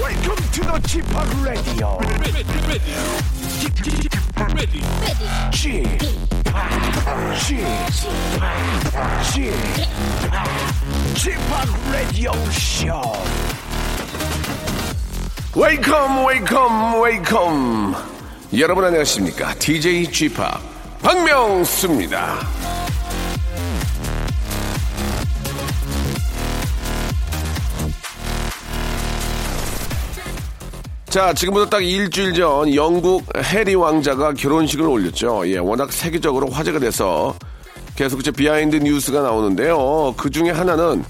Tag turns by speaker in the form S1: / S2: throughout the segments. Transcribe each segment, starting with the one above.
S1: Welcome to the g p o p Radio.
S2: ready, ready, ready,
S1: g p o p g p o p Radio Show.
S3: 웨이컴 웨이컴 웨이컴 여러분 안녕하십니까 DJ g p o p 박명수입니다 자 지금부터 딱 일주일 전 영국 해리 왕자가 결혼식을 올렸죠 예 워낙 세계적으로 화제가 돼서 계속 이제 비하인드 뉴스가 나오는데요 그 중에 하나는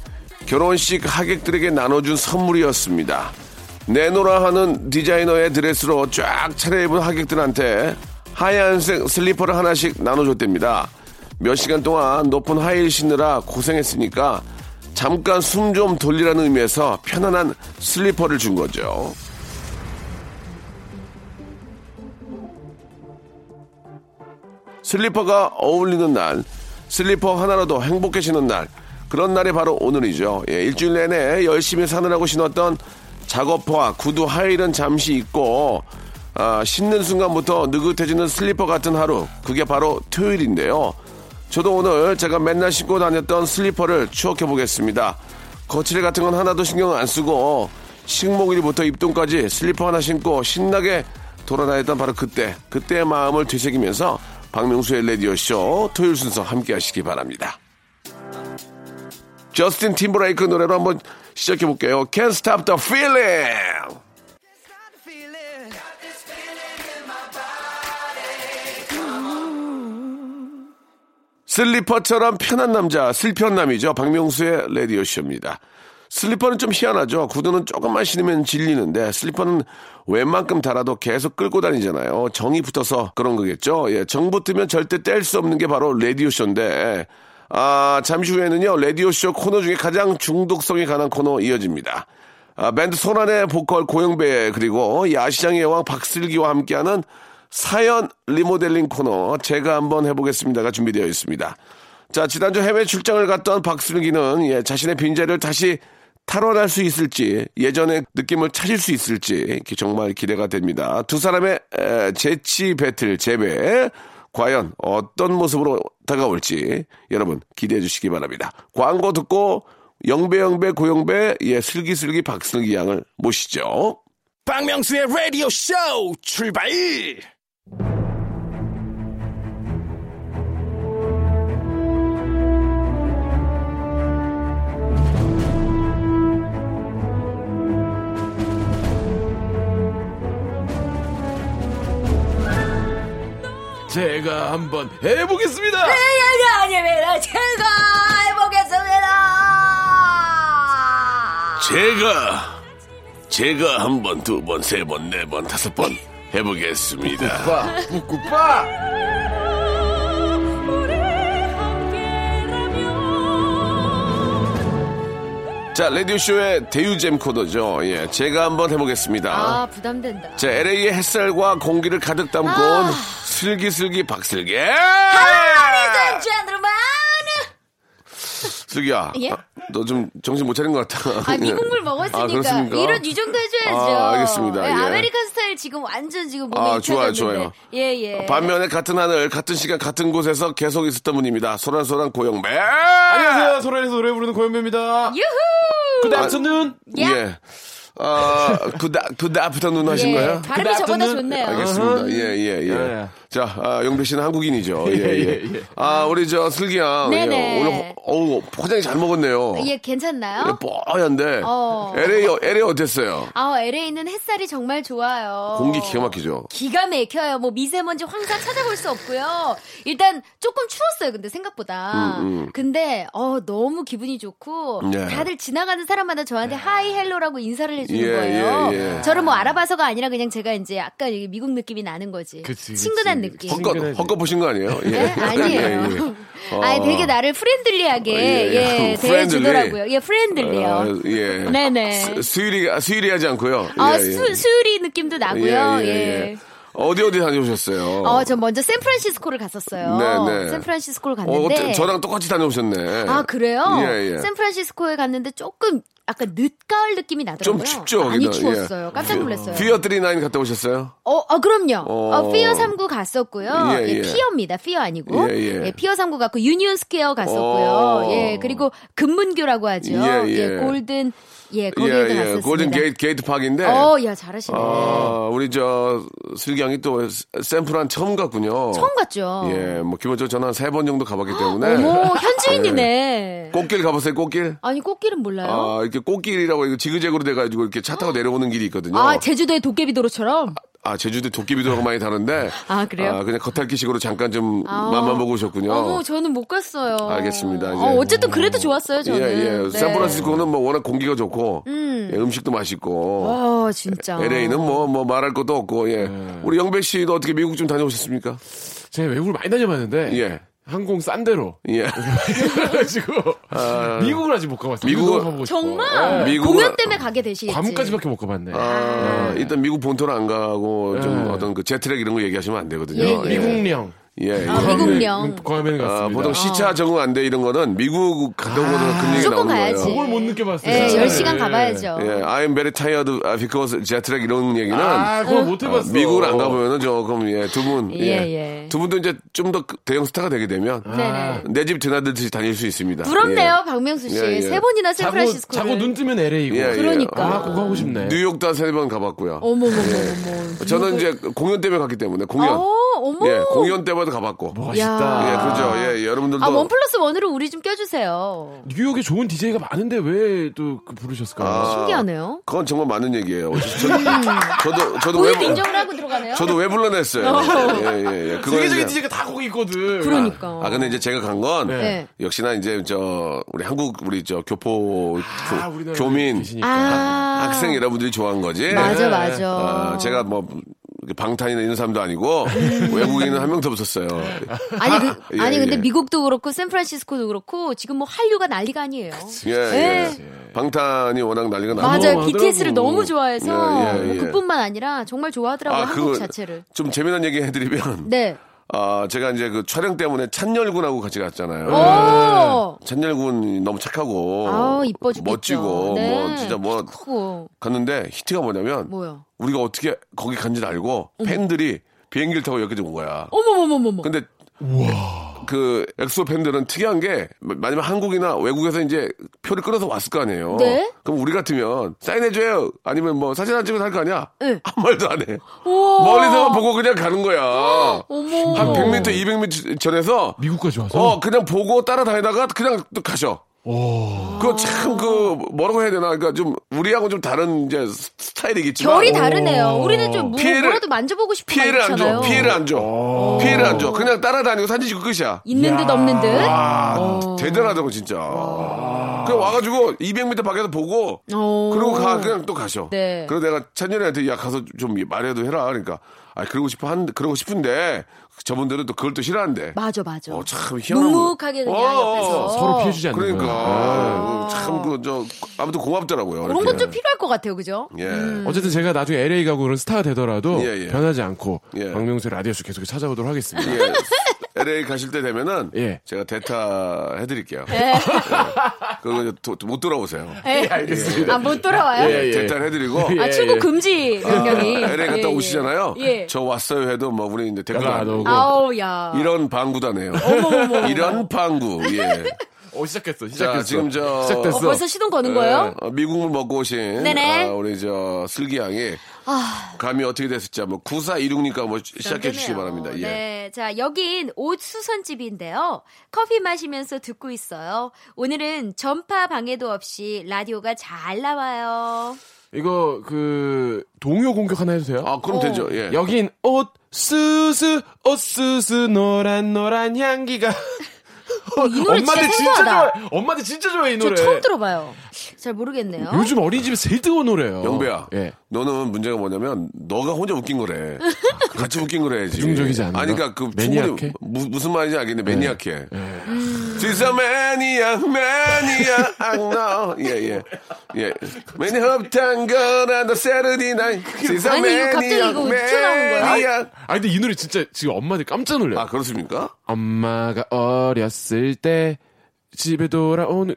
S3: 결혼식 하객들에게 나눠준 선물이었습니다 내노라 하는 디자이너의 드레스로 쫙 차려입은 하객들한테 하얀색 슬리퍼를 하나씩 나눠줬답니다. 몇 시간 동안 높은 하이힐 신느라 고생했으니까 잠깐 숨 좀 돌리라는 의미에서 편안한 슬리퍼를 준 거죠. 슬리퍼가 어울리는 날, 슬리퍼 하나라도 행복해지는 날, 그런 날이 바로 오늘이죠. 예, 일주일 내내 열심히 사느라고 신었던 작업화와 구두 하일은 잠시 잊고, 아, 신는 순간부터 느긋해지는 슬리퍼 같은 하루, 그게 바로 토요일인데요. 저도 오늘 제가 맨날 신고 다녔던 슬리퍼를 추억해 보겠습니다. 거칠 같은 건 하나도 신경 안 쓰고 식목일부터 입동까지 슬리퍼 하나 신고 신나게 돌아다녔던 바로 그때 그때의 마음을 되새기면서 박명수의 레디오쇼 토요일 순서 함께 하시기 바랍니다. 저스틴 팀브레이크 노래로 한번 시작해 볼게요. Can't Stop the Feeling. 슬리퍼처럼 편한 남자, 슬편남이죠. 박명수의 레디오쇼입니다. 슬리퍼는 좀 희한하죠. 구두는 조금만 신으면 질리는데 슬리퍼는 웬만큼 달아도 계속 끌고 다니잖아요. 정이 붙어서 그런 거겠죠. 예, 정 붙으면 절대 뗄 수 없는 게 바로 레디오쇼인데 아, 잠시 후에는요. 레디오쇼 코너 중에 가장 중독성이 강한 코너 이어집니다. 아, 밴드 소란의 보컬 고영배 그리고 야시장의 여왕 박슬기와 함께하는 사연 리모델링 코너 제가 한번 해보겠습니다가 준비되어 있습니다. 자 지난주 해외 출장을 갔던 박슬기는 예, 자신의 빈자리를 다시 탈원할 수 있을지 예전의 느낌을 찾을 수 있을지 이렇게 정말 기대가 됩니다. 두 사람의 에, 재치 배틀 재배 과연 어떤 모습으로 다가올지 여러분 기대해 주시기 바랍니다. 광고 듣고 영배 영배 고영배 예 슬기슬기 박슬기 양을 모시죠.
S1: 박명수의 Radio Show 출발.
S2: 제가 한번 해보겠습니다.
S4: 아니 아닙니다. 제가 해보겠습니다.
S3: 제가 제가 한 번, 두 번, 세 번, 네 번, 다섯 번 해보겠습니다.
S2: 빠, 꾸꾸빠.
S3: 자, 라디오쇼의 대유잼 코너죠. 예, 제가 한 번 해보겠습니다.
S4: 아 부담된다.
S3: 자, LA의 햇살과 공기를 가득 담고
S4: 아.
S3: 온 슬기슬기 박슬기.
S4: 젠틀맨.
S3: 슬기야,
S4: 예?
S3: 너 좀 정신 못 차린 것 같아.
S4: 아 미국물 먹었으니까
S3: 아, 그렇습니까?
S4: 이런 이 정도 해줘야죠.
S3: 아, 알겠습니다.
S4: 예,
S3: 예.
S4: 아메리칸 스타일 지금 완전 지금 몸에
S3: 아, 좋아요,
S4: 익혀졌는데.
S3: 좋아요.
S4: 예 예.
S3: 반면에 같은 하늘, 같은 시간, 같은 곳에서 계속 있었던 분입니다. 소란소란 고영배.
S2: 안녕하세요. 소란에서 노래 부르는 고현배입니다.
S4: 유후.
S2: Good
S3: 아.
S2: afternoon.
S4: 야.
S3: 예. 아, 그다, 그다, 부터 눈 하신
S4: 예.
S3: 거예요?
S4: 발음이 저보다
S2: 그다음부터는-
S4: 좋네요.
S3: 알겠습니다.
S2: 어허.
S3: 예, 예, 예.
S2: 예.
S3: 자, 아, 영배 씨는 한국인이죠. 예, 예.
S2: 예, 예.
S3: 아, 우리 저 슬기야.
S4: 네네.
S3: 예, 오늘, 호- 어우, 포장이 잘 먹었네요.
S4: 예 괜찮나요?
S3: 예, 뽀얀데.
S4: 어.
S3: LA, 어, LA 어땠어요?
S4: 아 LA는 햇살이 정말 좋아요.
S3: 공기 기가 막히죠.
S4: 기가 막혀요. 뭐 미세먼지 황사 찾아볼 수 없고요. 일단 조금 추웠어요. 근데
S3: 음,
S4: 생각보다. 근데 어 너무 기분이 좋고
S3: 예.
S4: 다들 지나가는 사람마다 저한테 하이 헬로라고 인사를 해주는
S3: 네. 예,
S4: 거예요.
S3: 예, 예.
S4: 저를 뭐 알아봐서가 아니라 그냥 제가 이제 약간 이게 미국 느낌이 나는 거지.
S2: 그치, 그치.
S4: 친근한 느낌.
S2: 헛-
S3: 헛것,
S2: 싱글하지.
S3: 헛것 보신 거 아니에요? 어, 예.
S4: 예? 아니에요.
S3: 어.
S4: 아, 되게 나를 프렌들리하게
S3: 예, 예.
S4: 예, 대해주더라고요. 예, 프렌들리요.
S3: 아, 예.
S4: 네네.
S3: 수- 수유리, 수유리하지 않고요.
S4: 아,
S3: 예, 예.
S4: 수, 수유리 느낌도 나고요.
S3: 예, 예,
S4: 예.
S3: 예. 어디 어디 다녀오셨어요?
S4: 어, 저 먼저 샌프란시스코를 갔었어요.
S3: 네, 네.
S4: 샌프란시스코를
S3: 어,
S4: 갔는데.
S3: 어째- 저랑 똑같이 다녀오셨네.
S4: 아 그래요?
S3: 예, 예.
S4: 샌프란시스코에 갔는데 조금 약간 늦가을 느낌이 나더라고요.
S3: 좀 춥죠,
S4: 많이
S3: 거기는.
S4: 추웠어요.
S3: 예.
S4: 깜짝 놀랐어요.
S3: 피어 39 갔다 오셨어요?
S4: 어, 어, 그럼요.
S3: 어.
S4: 어, 피어 3구 갔었고요.
S3: 예,
S4: 예,
S3: 예.
S4: 피어입니다. 피어 아니고.
S3: 예,
S4: 예,
S3: 예.
S4: 피어 3구 갔고 유니온 스퀘어 갔었고요.
S3: 어.
S4: 예, 그리고 금문교라고 하죠.
S3: 예,
S4: 예,
S3: 예.
S4: 골든 예, 거기에도 갔었습니다.
S3: 골든 게이트, 게이트 팍인데.
S4: 어, 야, 잘하시네.
S3: 아, 우리 저 슬기양이 또 샘플한 처음 갔군요.
S4: 처음 갔죠.
S3: 예, 네. 뭐 기본적으로 저는 한 세 번 정도 가봤기 때문에.
S4: 어머, 현지인이네.
S3: 꽃길 가봤어요, 꽃길?
S4: 아니, 꽃길은 몰라요.
S3: 예. 아, 이렇게 꽃길이라고 이거 지그재그로 돼가지고 이렇게 차 타고 내려오는 길이 있거든요.
S4: 아, 제주도의 도깨비 도로처럼?
S3: 어. 아, 제주도 도깨비도라고 많이 다는데.
S4: 아, 그래요?
S3: 그냥 겉핥기식으로 잠깐 좀
S4: 아.
S3: 맛만 보고 오셨군요.
S4: 어머, 저는 못 갔어요.
S3: 알겠습니다, 이제. 음.
S4: 어, 어쨌든 그래도 좋았어요, 저는.
S3: 예, 예.
S4: 네.
S3: 샌프란시스코는 뭐 워낙 공기가 좋고, 음. 식도 맛있고.
S4: 네. 와, 진짜.
S3: LA는 뭐, 뭐 말할 것도 없고, 예.
S2: 네.
S3: 우리 영배 씨도 어떻게 미국 좀 다녀오셨습니까?
S2: 제가 외국을 많이 다녀봤는데
S3: 예.
S2: 항공 싼 데로
S3: 예.
S2: 그래가지고 미국을 아직 못 가봤어요.
S3: 미국은-
S2: 미국을 가보고 싶어.
S4: 정말
S3: 예. 미국은-
S4: 공연 때문에 가게 되시겠지.
S2: 과문까지밖에 못 가봤네.
S3: 아, 일단 미국 본토는 안 가고, 좀
S2: 예.
S3: 어떤 그 제트랙 이런 거 얘기하시면 안 되거든요.
S4: 예, 예.
S2: 미국령.
S3: 예, 예.
S4: 아, 미국령.
S2: 과문에 갔습니다.
S3: 아, 보통 시차 적응 안 돼 이런 거는 미국 갔다 오고 아, 그런 얘기
S4: 무조건
S3: 나오는
S4: 가야지.
S3: 거예요.
S2: 그걸 못 느껴봤어요.
S4: 예,
S2: 진짜.
S4: 10시간
S2: 예.
S4: 가봐야죠.
S3: 예, I'm very tired 아, because 제트랙 이런 얘기는
S2: 아, 그걸 못
S3: 아,
S2: 해봤어.
S3: 미국을 안 가보면은 조금 예, 두 분.
S4: 예, 예.
S3: 두 분도 이제 좀 더그 대형 스타가 되게 되면
S4: 네네.
S3: 내 집 드나들듯이 다닐 수 있습니다.
S4: 부럽네요, 박명수 씨.
S3: 예, 예.
S4: 세 번이나
S2: 자고,
S4: 샌프란시스코를.
S2: 자고 눈 뜨면 LA고.
S3: 예, 예.
S4: 그러니까.
S2: 아, 그거 하고 싶네.
S3: 뉴욕도 한 세 번 가봤고요.
S4: 어, 어머머머머.
S3: 저는 이제 공연 때문에 갔기 때문에 공연.
S4: 어머.
S3: 예, 공연 때마다 가봤고.
S2: 멋있다.
S4: 야.
S3: 예, 그죠. 예, 여러분들도
S4: 아, 원 플러스 원으로 우리 좀 껴주세요.
S2: 뉴욕에 좋은 DJ가 많은데 왜또 그 부르셨을까요?
S3: 아,
S4: 신기하네요.
S3: 그건 정말 맞는 얘기예요. 저, 도 저도 왜 뭐-
S4: 음. 본인 인정을 하고 들어가네요.
S3: 저도 왜 불러냈어요. 예, 예, 예. 그거는
S2: 세계적인
S3: 이제-
S2: DJ가 다 거기 있거든.
S4: 그러니까.
S3: 아 근데 이제 제가 간 건
S4: 네.
S3: 역시나 이제 저 우리 한국 우리 저 교포 교,
S2: 아, 우리나라
S3: 교민
S2: 계시니까.
S4: 아.
S3: 학생 여러분들이 좋아한 거지.
S4: 맞아,
S2: 예.
S4: 맞아.
S3: 아, 제가 뭐 방탄이나 이런 사람도 아니고
S4: 음.
S3: 외국인은 한 명도 없었어요.
S2: 네.
S4: 아니, 그,
S3: 예,
S4: 아니 근데
S3: 예.
S4: 미국도 그렇고 샌프란시스코도 그렇고 지금 뭐 한류가 난리가 아니에요.
S3: 예, 예. 방탄이 워낙 난리가 나고
S4: 네. 맞아요.
S2: 너무
S4: BTS를
S2: 많더라고.
S4: 너무 좋아해서
S3: 예, 예, 예.
S4: 그뿐만 아니라 정말 좋아하더라고요. 한국 자체를.
S3: 좀 재미난 얘기 해드리면
S4: 네.
S3: 아 제가 이제 그 촬영 때문에 찬열군하고 같이 갔잖아요.
S4: 오.
S3: 찬열군 너무 착하고
S4: 아, 이뻐 죽겠죠.
S3: 어, 멋지고
S4: 네.
S3: 뭐 진짜 뭐
S4: 크고
S3: 갔는데 히트가 뭐냐면
S4: 뭐요? 음.
S3: 우리가 어떻게 거기 간지를 알고 팬들이 비행기를 타고 여기까지 온 거야.
S4: 어머머머머머.
S3: 근데 그 엑소 팬들은 특이한 게 만약에 한국이나 외국에서 이제 표를 끌어서 왔을 거 아니에요.
S4: 네.
S3: 그럼 우리 같으면 사인해줘요. 아니면 뭐 사진 한 찍어서 할 거 아니야.
S4: 네.
S3: 한 말도 안 해.
S4: 우와.
S3: 멀리서만 보고 그냥 가는 거야.
S4: 어머.
S3: 한 100m, 200m 전에서
S2: 미국까지 와서.
S3: 어 그냥 보고 따라다니다가 그냥 또 가셔. 그 참 그 뭐라고 해야 되나 그러니까 좀 우리하고 좀 다른 이제 스- 스타일이겠지만
S4: 결이 다르네요. 우리는 좀 뭐,
S3: 아, 피해를-
S4: 뭐라도 만져보고 싶고
S3: 피해를 안 줘.
S4: 그렇잖아요.
S3: 피해를 안 줘. 피해를 안 줘. 그냥 따라다니고 사진 찍고 끝이야.
S4: 있는 듯 없는 듯.
S3: 아,
S4: 어.
S3: 대단하다고 진짜. 그냥 와가지고 200m 밖에서 보고
S4: 어.
S3: 그리고 가 그냥 또 가셔.
S4: 네.
S3: 그래서 내가 찬열이한테 야 가서 좀 말해도 해라. 그러니까 아 그러고 싶어 한 그러고 싶은데 저분들은 또 그걸 또 싫어한대.
S4: 맞아 맞아.
S3: 어, 참 희한한 거.
S4: 묵묵하게 그냥
S3: 어,
S4: 옆에서
S2: 서로 피해주지 않는
S3: 그러니까
S2: 거야.
S3: 참 그 저 아무튼 고맙더라고요.
S4: 그런
S3: 이렇게.
S4: 건 좀 필요할 것 같아요, 그죠?
S3: 예.
S4: 음.
S2: 어쨌든 제가 나중에 LA 가고 그런 스타가 되더라도
S3: 예, 예.
S2: 변하지 않고
S3: 예.
S2: 박명수 라디오쇼 계속 찾아오도록 하겠습니다.
S3: 예. LA 가실 때 되면은
S2: 예.
S3: 제가 대타 해드릴게요. 예. 그거 도- 못 돌아오세요.
S4: 예.
S2: 알겠습니다.
S4: 아, 못 돌아와요?
S2: 예, 예.
S3: 대타 해드리고
S4: 아,
S2: 예,
S4: 출국
S2: 예.
S4: 금지 명령이.
S3: LA 갔다
S4: 예, 예.
S3: 아, 오시잖아요.
S4: 예.
S3: 저 왔어요 해도 뭐 우리 이제 댓글
S2: 연락 안 오고.
S4: 아우, 야. 어,
S3: 이런 방구다네요. 이런 방구. 예.
S2: 어 시작했어. 시작했어.
S3: 자 지금 저
S4: 어,
S2: 시작됐어.
S4: 벌써 시동 거는 거예요?
S3: 어, 미국을 먹고 오신
S4: 네네. 아.
S3: 아, 우리 저 슬기 양이 감이 어떻게 됐을지 한번 9416니까 한번 시작해 주시기
S4: 그러네요.
S3: 바랍니다. 예.
S4: 네. 자, 여긴 옷수선집인데요. 커피 마시면서 듣고 있어요. 오늘은 전파 방해도 없이 라디오가 잘 나와요.
S2: 이거 그 동요 공격 하나 해도 돼요?
S3: 아 그럼 되죠. 예.
S2: 여긴 옷 스스 옷 스스 노란 노란 향기가
S4: 어, 이 노래 진짜
S2: 엄마들 진짜
S4: 생소하다.
S2: 좋아해. 엄마들 진짜 좋아해 이
S4: 저
S2: 노래.
S4: 처음 들어봐요. 잘 모르겠네요.
S2: 요즘 어린이집에 제일 뜨거운 노래예요.
S3: 영배야,
S2: 예.
S3: 너는 문제가 뭐냐면 너가 혼자 웃긴 거래. 같이 웃긴 거래지.
S2: 대중적이지 예. 않나?
S3: 아니 그러니까 그
S2: 매니악해?
S3: 충분히 무, 무슨 말인지 알겠네. 매니악해.
S2: 예.
S3: 진짜 매니악, 매니악, 너. 예예 예. 매니 흡탄 거라도 세르디 나이. 진짜
S4: 아니, 이거 갑자기
S3: 매니악,
S4: 이거 튀어나온 거야?
S3: 매니악.
S2: 아 근데 이 노래 진짜 지금 엄마들 깜짝 놀래.
S3: 아
S2: 요
S3: 그렇습니까?
S2: 엄마가 어렸을 때 집에 돌아오는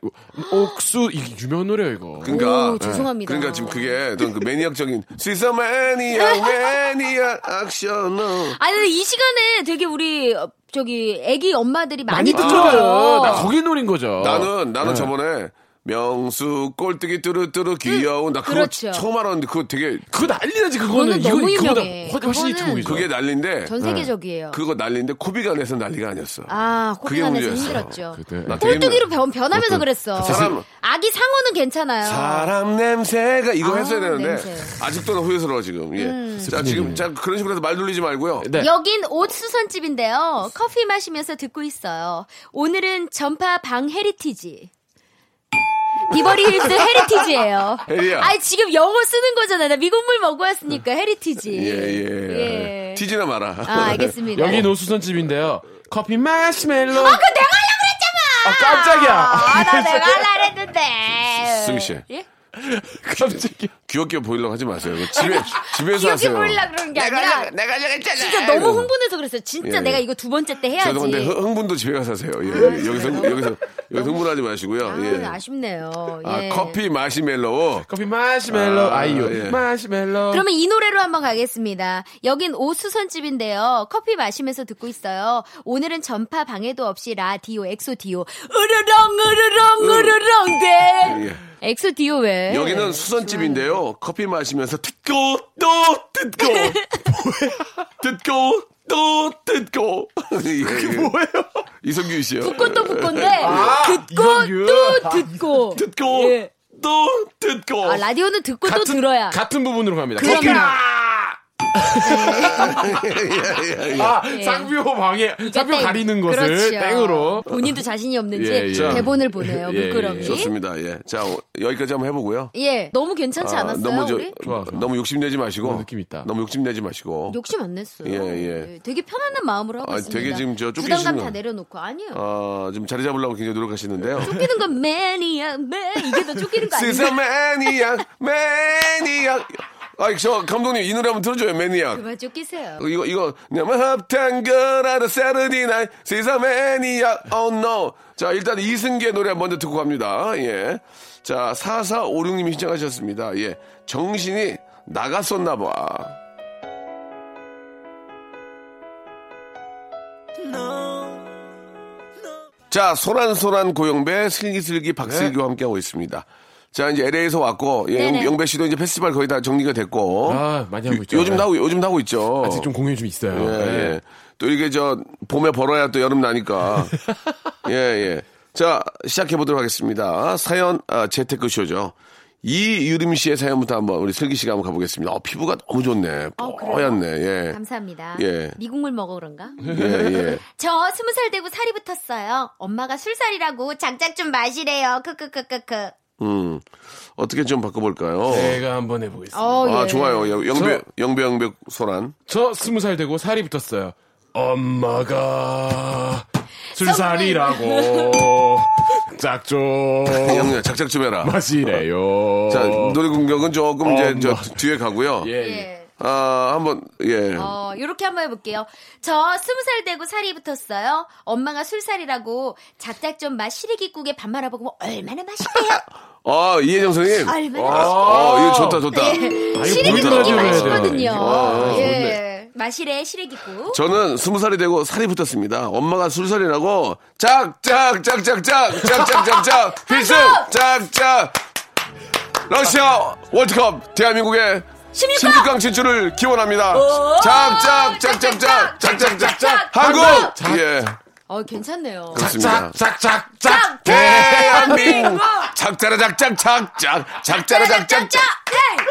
S2: 옥수 이게 유명한 노래예요 이거.
S3: 그러니까
S4: 오, 죄송합니다.
S3: 그러니까 지금 그게 어떤 그 매니악적인 She's a maniac, maniac, action. no.
S4: 아니 근데 이 시간에 되게 우리 어, 저기 애기 엄마들이 많이,
S2: 많이 들어요. 나 거기 노린 거죠.
S3: 아. 나는 나는 저번에 명수 꼴뚜기 뚜루뚜루 귀여운 나 그거
S4: 그렇죠.
S3: 처음 알았는데 그거 되게
S2: 그거 난리나지 그거는
S4: 그거는 너무
S2: 이건 그거보다
S4: 유명해.
S2: 훨- 훨씬
S4: 그거는-
S2: 히트곡이죠.
S3: 그게 난리인데
S4: 전 세계적이에요.
S3: 그거 난리인데 코비가 내서 난리가 아니었어.
S4: 아,
S3: 그게
S4: 코비안에서
S3: 문제였어.
S4: 힘들었죠.
S2: 그때-
S3: 나 되게
S4: 꼴뚜기로 변, 변하면서 그랬어.
S3: 사람-
S4: 아기 상어는 괜찮아요.
S3: 사람 냄새가 이거
S4: 아,
S3: 했어야 되는데
S4: 냄새. 음.
S3: 아직도 나 후회스러워 지금. 예. 자 지금 자 그런 식으로 해서 말 돌리지 말고요.
S2: 네.
S4: 여긴 옷 수선집인데요. 커피 마시면서 듣고 있어요. 오늘은 전파 방 헤리티지. 비버리 힐스 헤리티지예요.
S3: 혜리야. 네.
S4: 아니 지금 영어 쓰는 거잖아. 나 미국물 먹고 왔으니까 헤리티지.
S3: 예예.
S4: 예.
S3: 티지나 마라.
S4: 아 알겠습니다.
S2: 여기 노수선집인데요. 커피 마시멜로.
S4: 그 내가 하려
S2: 아,
S4: 그랬잖아.
S2: 깜짝이야.
S4: 아, 나 내가 하려 했는데.
S3: 승희 씨.
S4: 예?
S2: 갑자기.
S3: 귀엽게 보이려고 하지 마세요. 이거 집에 집에서
S4: 귀엽게
S3: 하세요.
S4: 보이려 그러는 게 아니라
S3: 내가 했잖아.
S4: 진짜 너무 흥분해서 그랬어요. 진짜
S3: 예.
S4: 내가 이거 두 번째 때 해야지.
S3: 죄송한데 흥- 흥분도 집에 가서 하세요. 예, 예. 여기서 흥- 여기서 여기서 흥분하지 마시고요.
S4: 그렇죠. 아,
S3: 예.
S4: 아쉽네요.
S3: 아,
S4: 예.
S3: 커피 마시멜로.
S2: 커피 마시멜로
S3: 아,
S2: 아, 이유
S3: 예.
S2: 마시멜로.
S4: 그러면 이 노래로 한번 가겠습니다. 여긴 오수선집인데요. 커피 마시면서 듣고 있어요. 오늘은 전파 방해도 없이 라디오 엑소디오 으르렁 으르렁
S2: 음.
S4: 으르렁
S2: 예,
S4: 대 엑소디오 왜?
S3: 여기는 수선집인데요. 커피 마시면서 듣고 또 듣고
S4: 네.
S3: 듣고 또 듣고 그게 뭐예요? 이성규 씨요.
S4: 듣고 또 듣고인데 듣고
S2: 아, 이성규.
S4: 또 듣고
S3: 듣고
S4: 예.
S3: 또 듣고
S4: 아, 라디오는 듣고 또 들어야
S2: 같은 부분으로 갑니다.
S4: 그럼요.
S3: 예, 예.
S2: 아,
S4: 예.
S2: 상표 방해, 상표
S4: 땡.
S2: 가리는 것을
S4: 그러니까 그렇죠.
S2: 땡으로.
S4: 본인도 자신이 없는지
S2: 예, 예.
S4: 대본을 보네요.
S2: 예, 예,
S4: 물끄러미.
S3: 좋습니다. 예. 자, 어, 여기까지 한번 해보고요.
S4: 예, 너무 괜찮지
S3: 아,
S4: 않았어요?
S3: 너무 저-
S4: 우리?
S2: 좋아, 좋아.
S3: 너무 욕심 내지 마시고.
S2: 너무 느낌 있다.
S3: 너무 욕심 내지 마시고.
S4: 욕심 안 냈어요.
S3: 예, 예.
S4: 되게 편안한 마음으로 하고
S3: 아,
S4: 있습니다.
S3: 되게 지금 저 쫓기시는
S4: 부담감
S3: 거.
S4: 다 내려놓고 아니요. 어.
S3: 아, 지금 자리 잡으려고 굉장히 노력하시는데요.
S4: 쫓기는 건 매니아 매 이게 더 쫓기는 거
S3: 시사
S4: 아니에요?
S3: 매니악, 매니악. 아, 저 감독님 이 노래 한번 들어줘요, 매니악.
S4: 그만 쫓기세요.
S3: 어, 이거 이거 그냥 뭐 합탄 거라도 세르디 나이 시사 매니악. Oh no. 자, 일단 이승기의 노래 먼저 듣고 갑니다. 예. 자, 4456님이 신청하셨습니다. 예. 정신이 나갔었나 봐. 자, 소란소란 고영배, 슬기슬기 박슬기와 함께하고 있습니다. 자, 이제 LA에서 왔고, 예,
S4: 네. 네네.
S3: 영, 배 씨도 이제 페스티벌 거의 다 정리가 됐고.
S2: 아, 많이 하고
S3: 요-
S2: 있죠.
S3: 요즘
S2: 네.
S3: 하고, 요즘 하고 있죠.
S2: 아직 좀 공연이 좀 있어요.
S3: 예, 예. 또 이게 저, 봄에 벌어야 또 여름 나니까. 예, 예. 자, 시작해보도록 하겠습니다. 사연, 아, 재테크쇼죠. 이유림 씨의 사연부터 한번 우리 슬기 씨가 한번 가보겠습니다. 어, 피부가 너무 좋네.
S4: 아, 그래요?
S3: 뽀얗네. 예.
S4: 감사합니다.
S3: 예.
S4: 미국물 먹어 그런가?
S3: 예, 예.
S4: 저 스무 살 되고 살이 붙었어요. 엄마가 술살이라고 장작 좀 마시래요. 크크크크크.
S3: 음. 어떻게 좀 바꿔볼까요?
S2: 제가 한번 해보겠습니다.
S4: 네. 어,
S3: 아,
S4: 예.
S3: 좋아요. 영- 영배,
S2: 저-
S3: 영배, 영배, 소란.
S2: 저 스무 살 되고 살이 붙었어요. 엄마가 술살이라고 짝조
S3: 영배, 작작 좀 해라.
S2: 마시래요.
S3: 자, 노래 공격은 조금 이제
S2: 엄마.
S3: 저 뒤에 가고요.
S2: 어, 예, 예.
S4: 예.
S3: 아, 한번, 예.
S4: 어, 요렇게 한번 해볼게요. 저 스무 살 되고 살이 붙었어요. 엄마가 술살이라고 작작 좀 마시래기국에 밥 말아먹으면 얼마나 맛있대요.
S3: 아, 이혜정 선생님.
S4: 얼마나
S3: 아, 이거 좋다, 좋다.
S2: 아, 이거
S4: 시래기국이
S2: 보여드려야죠,
S4: 맛있거든요.
S3: 아,
S4: 예. 마시래 시래기국.
S3: 저는 스무 살이 되고 살이 붙었습니다. 엄마가 술살이라고 짝, 짝, 짝, 짝, 짝, 짝, 짝, 짝, 짝, 필승! 짝, 짝. 러시아 월드컵 대한민국의
S4: 16강!
S3: 16강 진출을 기원합니다.
S4: 오!
S3: 짝, 짝, 짝, 짝, 짝, 짝, 짝, 짝, 짝, 한국!
S2: 짝,
S3: 예,
S4: 어, 괜찮네요.
S2: 아,
S3: 그렇습니다.
S2: 짝짝짝짝
S3: 대한민국! 작자라 작작 작작 작자라 작작 작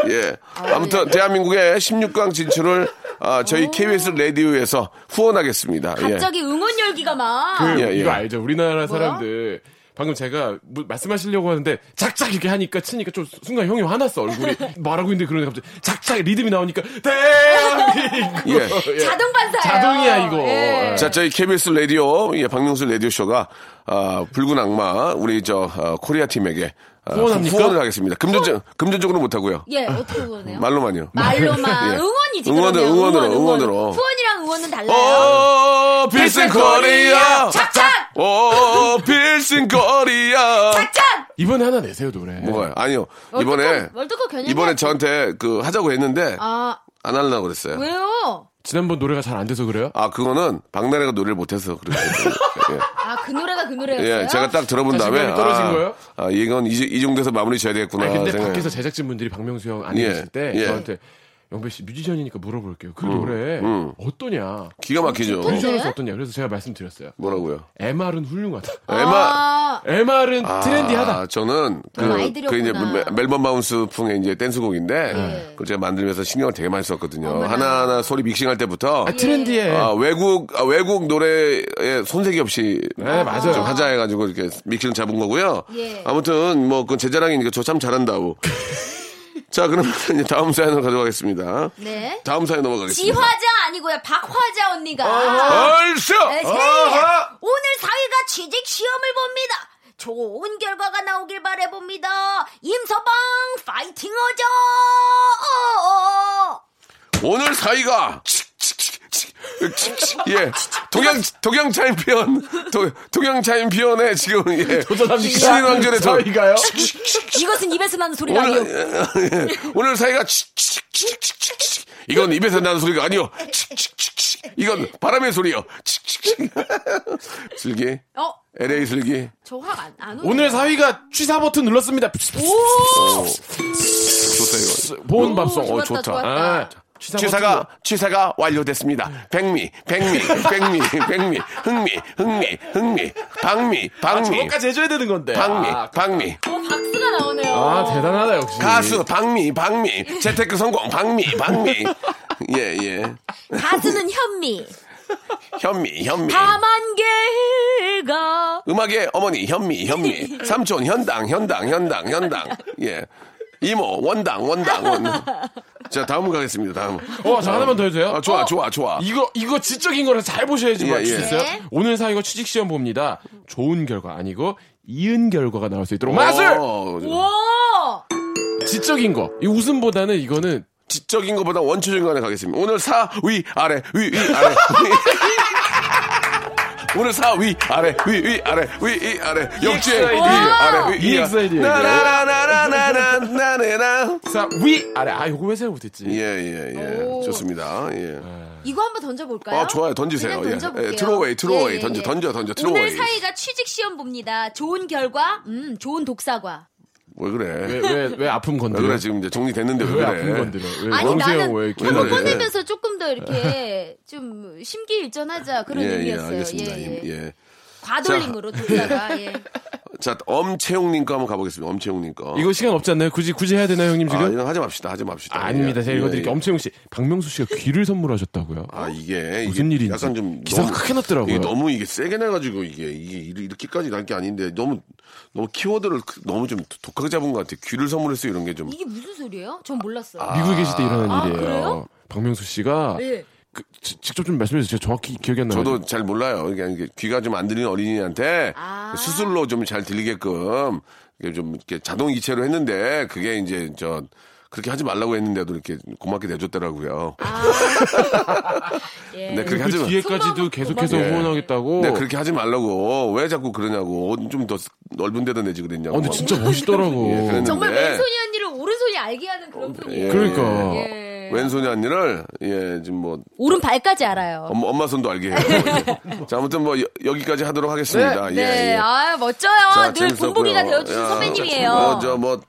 S4: 네.
S3: 예. 아무튼 대한민국의 16강 진출을 아, 저희 KBS 라디오에서 후원하겠습니다. 예.
S4: 갑자기 응원 열기가 막.
S2: 그,
S3: 예, 예.
S2: 이거 알죠? 우리나라 사람들 방금 제가 뭐 말씀하시려고 하는데 작작 이렇게 하니까 치니까 좀 순간 형이 화났어 얼굴이 말하고 있는데 그러니까 갑자기 작작 리듬이 나오니까 대한민국
S3: 예.
S2: 예.
S4: 자동 반사예요.
S2: 자동이야 이거
S4: 예.
S3: 자, 저희 KBS 라디오, 예, 박명수 라디오 쇼가 아, 붉은 악마 우리 저 어, 코리아 팀에게 아,
S2: 후원합니까?
S3: 후원을 하겠습니다. 금전적 금전적으로 못 하고요.
S4: 예, 어떻게 보네요?
S3: 말로만요.
S4: 말로만
S3: 예.
S4: 응원이지
S3: 응원은,
S4: 그러면.
S3: 응원으로, 어,
S4: 응원,
S3: 응원으로.
S4: 후원이랑 응원은 달라요.
S3: 오, 필승 코리아!
S4: 착착!
S3: 오, 빌싱 거리야.
S4: 짝!
S2: 이번에 하나 내세요 노래.
S3: 뭐가요? 아니요. 이번에,
S4: 월드컵, 월드컵 겨냥이
S3: 이번에 저한테 그 하자고 했는데,
S4: 아,
S3: 안 하려고 그랬어요.
S4: 왜요?
S2: 지난번 노래가 잘 안 돼서 그래요?
S3: 아, 그거는 박나래가 노래를 못해서 그랬어요. 예.
S4: 아, 그 노래가 그 노래였어요?
S3: 예, 제가 딱 들어본
S2: 자신감이
S3: 다음에
S2: 떨어진
S3: 아,
S2: 거예요?
S3: 아, 이건 이, 이 정도에서 마무리 지어야 되겠구나.
S2: 아니 근데
S3: 생각해요.
S2: 밖에서 제작진 분들이 박명수 형 안
S3: 예,
S2: 계실 때
S3: 예. 음.
S2: 저한테 영배 씨 뮤지션이니까 물어볼게요. 그 노래 어떠냐?
S3: 기가 막히죠.
S4: 어, 진짜?
S2: 뮤지션에서 어떠냐? 그래서 제가 말씀드렸어요.
S3: 뭐라고요?
S2: MR은 훌륭하다.
S3: 에마
S4: 아,
S2: MR은 트렌디하다.
S3: 아, 저는 그,
S4: 그런 아이들이었구나. 네.
S3: 그 이제 멜- 멜번 바운스 풍의 이제 댄스곡인데 그걸 제가 만들면서 신경을 되게 많이 썼거든요.
S4: 어머나.
S3: 하나하나 소리 믹싱할 때부터
S2: 아, 트렌디해.
S4: 네.
S3: 아, 외국 아, 외국 노래에 손색이 없이
S2: 네, 맞아요.
S3: 좀 하자 해가지고 이렇게 믹싱 잡은 거고요.
S4: 예.
S3: 아무튼 뭐 그건 제 자랑이니까 저 참 잘한다고. 자, 그러면 이제 다음 사연으로 가져가겠습니다.
S4: 네.
S3: 다음 사연 넘어가겠습니다.
S4: 지화자 아니고요, 박화자 언니가.
S3: 어. 얼쑤!
S4: 네, 새해
S3: 어허!
S4: 오늘 사회가 취직 시험을 봅니다. 좋은 결과가 나오길 바래봅니다. 임서방 파이팅 하자. 어, 어, 어.
S3: 오늘 사이가 칙칙칙칙 칙칙 예 동양 동양 차인피언 동- 동양 차인피언의 지금 예
S2: 도전합니까?
S3: 신왕전의 도
S2: 저희가요?
S4: 이것은 입에서 나는 소리가
S3: 오늘
S4: 아니요.
S3: 예, 오늘 사이가 칙칙칙칙칙 이건 입에서 나는 소리가 아니요 칙칙칙칙 이건 바람의 소리요 칙칙칙 슬기
S4: 어,
S3: LA 슬기
S4: 저확안안 오네.
S2: 오늘 사위가 취사 버튼 눌렀습니다.
S4: 오,
S3: 좋다 이거
S2: 보온 밥송.
S4: 오,
S2: 어,
S4: 좋았다,
S2: 좋다.
S4: 좋았다.
S2: 아, 취사 버튼.
S3: 취사가 취사가 완료됐습니다. 백미, 백미, 백미, 백미, 흥미, 흥미, 흥미, 박미,
S2: 아,
S3: 박미,
S2: 저거까지 해줘야 되는 건데.
S3: 박미,
S2: 아,
S3: 박미.
S4: 어, 박수가 나오네요.
S2: 아, 대단하다 역시.
S3: 가수 박미, 박미. 재테크 성공 박미, 박미. 예, 예.
S4: 가수는 현미.
S3: 현미, 현미.
S4: 다만개가
S3: 음악의 어머니 현미, 현미. 삼촌 현당, 현당, 현당, 현당. 예. 이모 원당, 원당, 원당. 자, 다음 가겠습니다. 다음.
S2: 어, 저 하나만 더 해주세요.
S3: 아, 좋아, 좋아, 좋아.
S2: 이거 이거 지적인 거라서 잘 보셔야지
S3: 예,
S2: 맞출
S3: 예.
S2: 수 있어요.
S4: 네.
S2: 오늘 사이가 취직 시험 봅니다. 좋은 결과 아니고 이은 결과가 나올 수 있도록
S3: 어,
S2: 맛을
S3: 오,
S4: 와.
S2: 지적인 거. 이 웃음보다는 이거는
S3: 지적인 것보다 원초적인 거 하나 가겠습니다. 오늘 사, 위, 아래, 위, 위, 아래. 위. 오늘 사, 위, 아래, 위, 위, 아래, 위, 위, 아래. 역주행, 위,
S2: EXID.
S3: 아래, 위, 위, 아래.
S2: EXID.
S3: 나라라라라라, 나네라.
S2: 자, 위 아래 아 요거 왜 생각 못했지?
S3: 예, 예, 예.
S4: 오.
S3: 좋습니다. 예.
S4: 이거 한번 던져볼까요?
S3: 아, 좋아요. 던지세요.
S4: 그냥
S3: 예.
S4: 던져볼게요.
S3: 예, 트로웨이, 트로웨이.
S4: 예, 예,
S3: 던져,
S4: 예.
S3: 던져, 던져,
S4: 오늘
S3: 트로웨이.
S4: 사이가 취직 시험 봅니다. 좋은 결과, 음, 좋은 독사과.
S3: 왜 그래?
S2: 왜 왜 왜 아픔 건드려?
S3: 왜 그래? 지금 이제 정리됐는데 왜
S2: 왜 아픈 뭐.
S3: 그래?
S2: 건드려? 왜
S4: 아니
S2: 왕세형
S4: 나는
S2: 왜 이렇게
S4: 한번
S3: 예,
S4: 꺼내면서 조금 더 이렇게 좀 심기일전하자 그런
S3: 예, 예,
S4: 의미였어요.
S3: 알겠습니다.
S4: 예, 예.
S3: 예.
S4: 과돌림으로 독사가 예.
S3: 자, 엄채용님 거 한번 가보겠습니다. 엄채용님 거.
S2: 이거 시간 없지 않나요? 굳이 굳이 해야 되나요, 형님
S3: 아,
S2: 지금?
S3: 이건 하지 맙시다. 하지 맙시다.
S2: 아, 닙니다
S3: 예,
S2: 제가
S3: 예,
S2: 읽어드릴게요.
S3: 예.
S2: 엄채용 씨, 박명수 씨가 귀를 선물하셨다고요.
S3: 아 이게
S2: 무슨
S3: 이게
S2: 일인지.
S3: 약간 좀
S2: 기사가
S3: 너무-
S2: 크게 났더라고요.
S3: 이게 너무 이게 세게 나가지고 이게 이게 이리- 이렇게까지 난 게 아닌데 너무 너무 키워드를 크- 너무 좀 독하게 잡은 것 같아. 귀를 선물했어 이런 게 좀.
S4: 이게 무슨 소리예요? 전 몰랐어요.
S2: 미국에 계실 때 일어난
S4: 아,
S2: 일이에요.
S4: 그래요?
S2: 박명수 씨가
S4: 예.
S2: 그, 지- 직접 좀 말씀해 주세요. 제가 정확히 기억이 안 나요.
S3: 저도 잘 몰라요. 그러니까 이게 이게 귀가 좀 안 들리는 어린이한테
S4: 아.
S3: 수술로 좀 잘 들리게끔 이게 좀 이렇게 자동 이체로 했는데 그게 이제 저 그렇게 하지 말라고 했는데도 이렇게 고맙게 내줬더라고요.
S4: 아,
S3: 네.
S4: 예.
S3: 근데 그렇게
S2: 아, 그
S3: 하지 마.
S2: 뒤에까지도
S4: 속마음은
S2: 계속해서
S4: 또
S3: 맞아요.
S2: 후원하겠다고.
S3: 네, 그렇게 하지 말라고 왜 자꾸 그러냐고 좀 더 넓은 데다 내지 그랬냐고.
S2: 어, 근데 진짜 멋있더라고.
S3: 예, 그랬는데.
S4: 정말 왼손이 언니를 오른손이 알게 하는 그런 분이에요.
S3: 예.
S2: 그러니까.
S4: 예.
S3: 왼손이 언니를 예 지금 뭐
S4: 오른 발까지 알아요.
S3: 엄마, 엄마 손도 알게 해요. 예. 자 아무튼 뭐 여, 기까지 하도록 하겠습니다. 예,
S4: 네,
S3: 예.
S4: 아 멋져요. 늘 본보기가 되어주신 선배님이에요.
S3: 뭐저뭐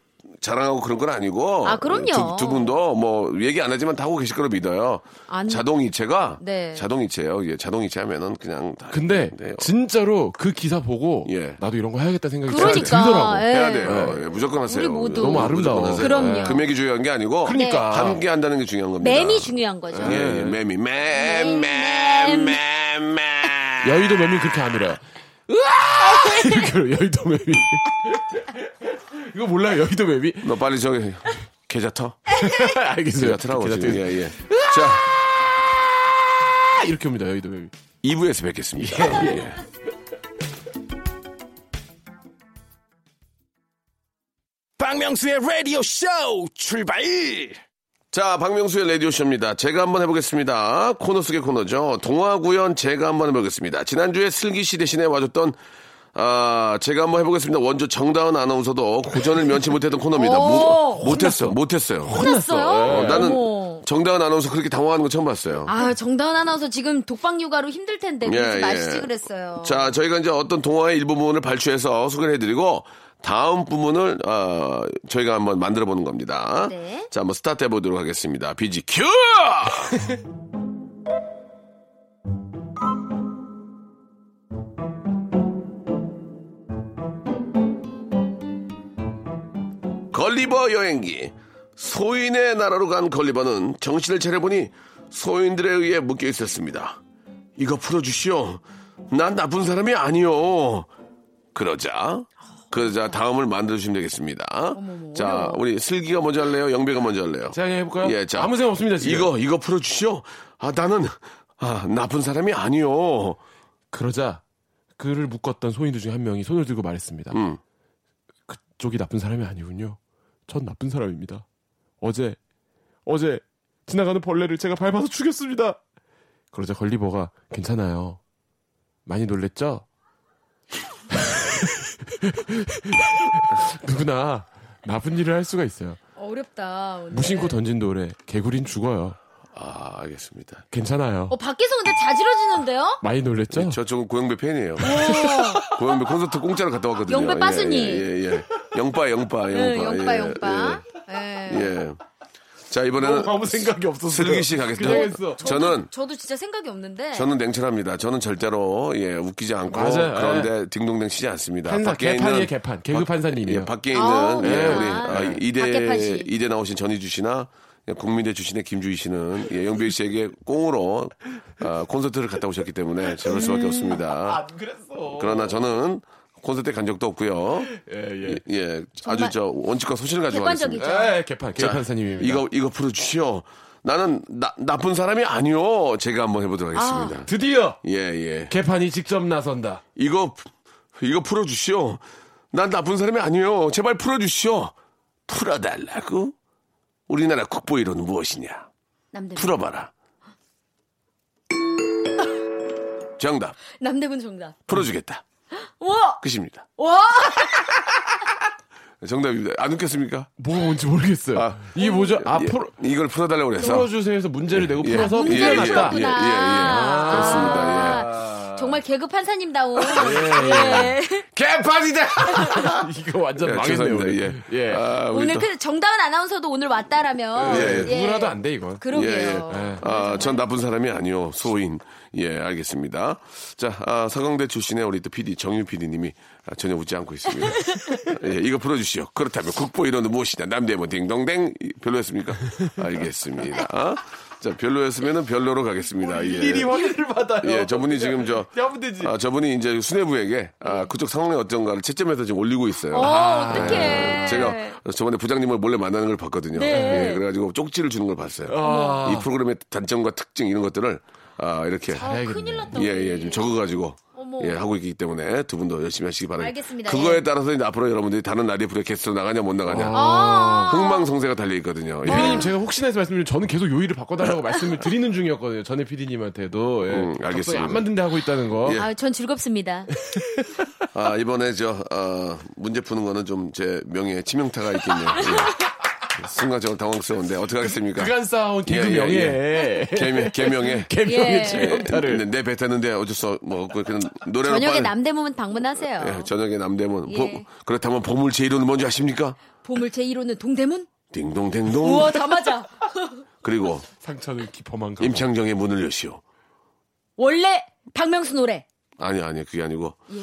S3: 자랑하고 그런 건 아니고
S4: 아, 그럼요.
S3: 두, 두 분도 뭐 얘기 안 하지만 다 하고 계실 거로 믿어요.
S4: 안-
S3: 자동이체가
S4: 네.
S3: 자동이체예요. 예, 자동이체 하면은 그냥 다
S2: 근데
S3: 돼요.
S2: 진짜로 그 기사 보고
S3: 네. 예.
S2: 나도 이런 거 해야겠다 생각이
S4: 그러니까,
S2: 진짜 들더라고.
S4: 예.
S3: 해야 돼요. 예, 무조건 하세요.
S4: 우리 모두.
S2: 네. 너무
S3: 무조건
S2: 아름다워.
S3: 하세요. 예,
S4: 그럼요.
S3: 금액이 중요한 게 아니고
S2: 그러니까.
S3: 함께 한다는 게 중요한 겁니다.
S4: 맴이 중요한 거죠.
S3: 예, 예, 매미
S4: 맴, 맴.
S3: 매매매매
S2: 여의도 매미 그렇게 안 울어요. 으아! 그래, 여의도 매미. 이거 몰라요, 여의도 매미?
S3: 너 빨리 저기 계좌 터.
S2: 알겠어요.
S3: 계좌 터라고
S2: 계좌
S3: 지금.
S2: 뜨-
S3: 예, 예. 자,
S2: 아! 이렇게 옵니다, 여의도 매미.
S3: 2부에서 뵙겠습니다. 예.
S1: 박명수의 라디오 쇼 출발!
S3: 자, 박명수의 라디오쇼입니다. 제가 한번 해보겠습니다. 코너 속의 코너죠. 동화구연 제가 한번 해보겠습니다. 지난주에 슬기씨 대신에 와줬던, 아, 제가 한번 해보겠습니다. 원조 정다은 아나운서도 고전을 면치 못했던 코너입니다.
S4: 오,
S3: 못- 못했어, 못했어요.
S4: 끝났어요?
S3: 어, 나는
S4: 어머.
S3: 정다은 아나운서 그렇게 당황하는 거 처음 봤어요.
S4: 아, 정다은 아나운서 지금 독방 육아로 힘들 텐데 그러지
S3: 예, 예.
S4: 마시지 그랬어요.
S3: 자, 저희가 이제 어떤 동화의 일부 분을 발췌해서 소개를 해드리고, 다음 부분을, 어, 저희가 한번 만들어 보는 겁니다.
S4: 네.
S3: 자, 한번 스타트 해보도록 하겠습니다. 비지 큐! 걸리버 여행기. 소인의 나라로 간 걸리버는 정신을 차려보니 소인들에 의해 묶여 있었습니다. 이거 풀어주시오. 난 나쁜 사람이 아니오. 그러자. 그러자 다음을 만들어주시면 되겠습니다. 자, 우리 슬기가 먼저 할래요? 영배가 먼저 할래요?
S2: 제가 그냥 해볼까요?
S3: 예, 자.
S2: 아무 생각 없습니다, 지금.
S3: 이거, 이거 풀어주시오. 아, 나는, 아, 나쁜 사람이 아니오.
S2: 그러자 그를 묶었던 소인들 중에 한 명이 손을 들고 말했습니다.
S3: 음.
S2: 그쪽이 나쁜 사람이 아니군요. 전 나쁜 사람입니다. 어제 어제 지나가는 벌레를 제가 밟아서 죽였습니다. 그러자 걸리버가 괜찮아요. 많이 놀랬죠? 누구나 나쁜 일을 할 수가 있어요.
S4: 어렵다. 오늘.
S2: 무심코 던진 노래 개구린 죽어요.
S3: 아, 알겠습니다.
S2: 괜찮아요.
S4: 어, 밖에서 근데 자지러지는데요?
S2: 많이 놀랬죠?
S3: 예, 저 조금 고영배 팬이에요. 고영배 콘서트 공짜로 갔다 왔거든요.
S4: 영배
S3: 예,
S4: 빠순이.
S3: 예, 예, 예. 영빠, 영빠, 영빠.
S4: 응, 네, 영빠,
S3: 예,
S4: 영빠. 예.
S3: 예, 예. 자, 이번에는
S2: 아무 생각이 없었어요.
S3: 슬기 씨
S2: 그냥 했어.
S3: 가겠습니다. 저는
S4: 저도 진짜 생각이 없는데.
S3: 저는 냉철합니다. 저는 절대로 예 웃기지 않고
S2: 맞아요.
S3: 그런데 딩동댕 치지 않습니다.
S2: 판사, 개판이에요, 개판. 개그
S3: 밖-
S2: 판사님이에요.
S3: 예, 밖에
S4: 아우,
S3: 있는 예,
S4: 개판.
S3: 우리 아,
S4: 박개판
S3: 이대
S4: 씨.
S3: 이대 나오신 전희주 씨나 예, 국민대 출신의 김주희 씨는 예, 영배 씨에게 꽁으로 아, 콘서트를 갔다 오셨기 때문에 저럴 수밖에 없습니다.
S2: 그랬어.
S3: 그러나 저는 콘서트에 간 적도 없고요.
S2: 예,
S3: 예,
S2: 예.
S3: 아주 저 원칙과 소신을 가지고
S4: 객관적이죠.
S2: 예, 개판, 개그 판사님입니다.
S3: 이거 이거 풀어주시오. 나는 나, 나쁜 사람이 아니오. 제가 한번 해보도록
S4: 아.
S3: 하겠습니다.
S2: 드디어
S3: 예 예.
S2: 개판이 직접 나선다.
S3: 이거 이거 풀어주시오. 난 나쁜 사람이 아니에요. 제발 풀어주시오. 풀어달라고? 우리나라 국보이론 무엇이냐?
S4: 남대문.
S3: 풀어봐라. 정답.
S4: 남대문 정답.
S3: 풀어주겠다.
S4: 와!
S3: 끝입니다.
S4: 와!
S3: 정답입니다. 안 웃겼습니까?
S2: 뭐가 뭔지 모르겠어요.
S3: 아.
S2: 이게 뭐죠? 앞으로
S3: 예, 이걸 풀어달라고 그래서.
S2: 풀어주세요 해서 문제를 내고
S3: 예,
S2: 풀어서
S3: 예,
S2: 문제가
S3: 예,
S2: 났다.
S3: 예, 예, 예. 그렇습니다. 예.
S4: 아, 정말 개그 판사님다운. 예.
S3: 개판이다!
S2: 이거 완전
S3: 예,
S2: 망했네요.
S3: 아, 죄송합니다.
S2: 오늘.
S3: 예.
S2: 예.
S3: 아, 우리
S4: 오늘
S3: 또-
S4: 그 정다은 아나운서도 오늘 왔다라면.
S3: 예, 예.
S2: 누구라도 안 돼 이건.
S4: 그러게요. 네.
S2: 예.
S3: 아, 전 나쁜 사람이 아니요. 소인. 예, 알겠습니다. 자, 아, 서강대 출신의 우리 또 PD, 정유 PD님이 아, 전혀 웃지 않고 있습니다. 예, 이거 풀어주시오. 그렇다면 국보 이론은 무엇이냐? 남대문 딩동댕. 별로였습니까? 알겠습니다. 자, 별로였으면은 별로로 가겠습니다.
S2: 일이
S3: 예.
S2: 화를 받아요.
S3: 예, 저분이 지금 저,
S2: 하면 되지.
S3: 아, 저분이 이제 수뇌부에게, 아, 그쪽 상황이 어떤가를 채점해서 지금 올리고 있어요. 아,
S4: 어, 어떡해.
S3: 제가 저번에 부장님을 몰래 만나는 걸 봤거든요.
S4: 네.
S3: 예, 그래가지고 쪽지를 주는 걸 봤어요.
S2: 아.
S3: 이 프로그램의 단점과 특징 이런 것들을 아, 이렇게
S4: 아,
S2: 알겠네.
S4: 큰일 났다.
S3: 예예 좀 적어가지고
S4: 어머.
S3: 예, 하고 있기 때문에 두 분도 열심히 하시기 바랍니다.
S4: 알겠습니다.
S3: 그거에
S4: 예.
S3: 따라서 이제 앞으로 여러분들이 다른 라디오 프로 게스트로 나가냐 못 나가냐
S4: 아. 네.
S3: 흥망성쇠가 달려 있거든요. 예.
S2: 피디님 제가 혹시나 해서 말씀드리면 저는 계속 요일을 바꿔달라고 말씀을 드리는 중이었거든요. 전에 피디님한테도 예.
S3: 음, 알겠습니다.
S2: 갑자기 안 만든데 하고 있다는 거.
S3: 예.
S4: 아, 전 즐겁습니다.
S3: 아 이번에 저 어, 문제 푸는 거는 좀 제 명예에 치명타가 있겠네요. 예. 순간적으로 당황스러운데 어떻게 하겠습니까?
S2: 그간 싸운 개그
S3: 예, 예,
S2: 명예,
S3: 개명 개명에
S2: 개명의
S4: 예.
S2: 치명타를.
S3: 내 뱉었는데 어쩔 수 없고 뭐, 그냥 노래로
S4: 저녁에
S3: 빨리-
S4: 남대문 방문하세요.
S3: 예, 저녁에 남대문
S4: 예.
S3: 보- 그렇다면 보물 제 1호는 뭔지 아십니까?
S4: 보물 제1호는 동대문?
S3: 딩동댕동
S4: 우와, 다 맞아.
S3: 그리고
S2: 상처는 깊어만 가고.
S3: 임창정의 문을 여시오.
S4: 원래 박명수 노래.
S3: 아니 아니 그게 아니고
S4: 예.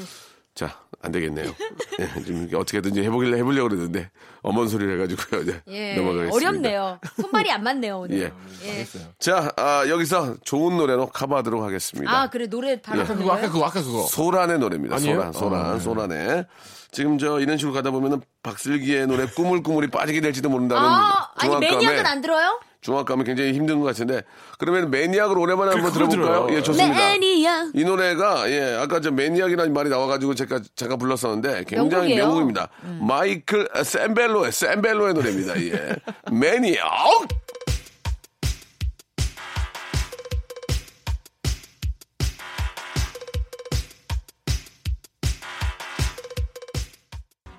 S3: 자 안 되겠네요. 예, 지금 이게 어떻게든지 해보길래 해보려고 그랬는데 어먼 소리를 해가지고요. 이제
S4: 예.
S3: 넘어가겠습니다.
S4: 어렵네요. 손발이 안 맞네요, 오늘.
S2: 아,
S3: 예.
S4: 예.
S3: 자 아, 여기서 좋은 노래로 커버하도록 하겠습니다.
S4: 아, 그래, 노래 바로.
S2: 아까
S4: 하는
S2: 그거 아까
S4: 거예요?
S2: 그거 아까 그거.
S3: 소란의 노래입니다. 소란,
S2: 아니에요?
S3: 소란,
S2: 어, 네.
S3: 소란의. 지금 저 이런 식으로 가다 보면은 박슬기의 노래 꾸물꾸물이 빠지게 될지도 모른다는
S4: 아, 아니,
S3: 중압감에
S4: 매니악은 안 들어요?
S3: 중압감에 굉장히 힘든 것 같은데 그러면 매니악을 오랜만에 한번
S2: 그거
S3: 들어볼까요?
S2: 들어요.
S3: 예, 좋습니다.
S4: 네, 매니악.
S3: 이 노래가 예 아까 저 매니악이라는 말이 나와가지고 제가 제가 불렀었는데 굉장히
S4: 명곡이에요. 음.
S3: 명곡입니다. 마이클 샌벨로의 샌벨로의 노래입니다. 예 매니악.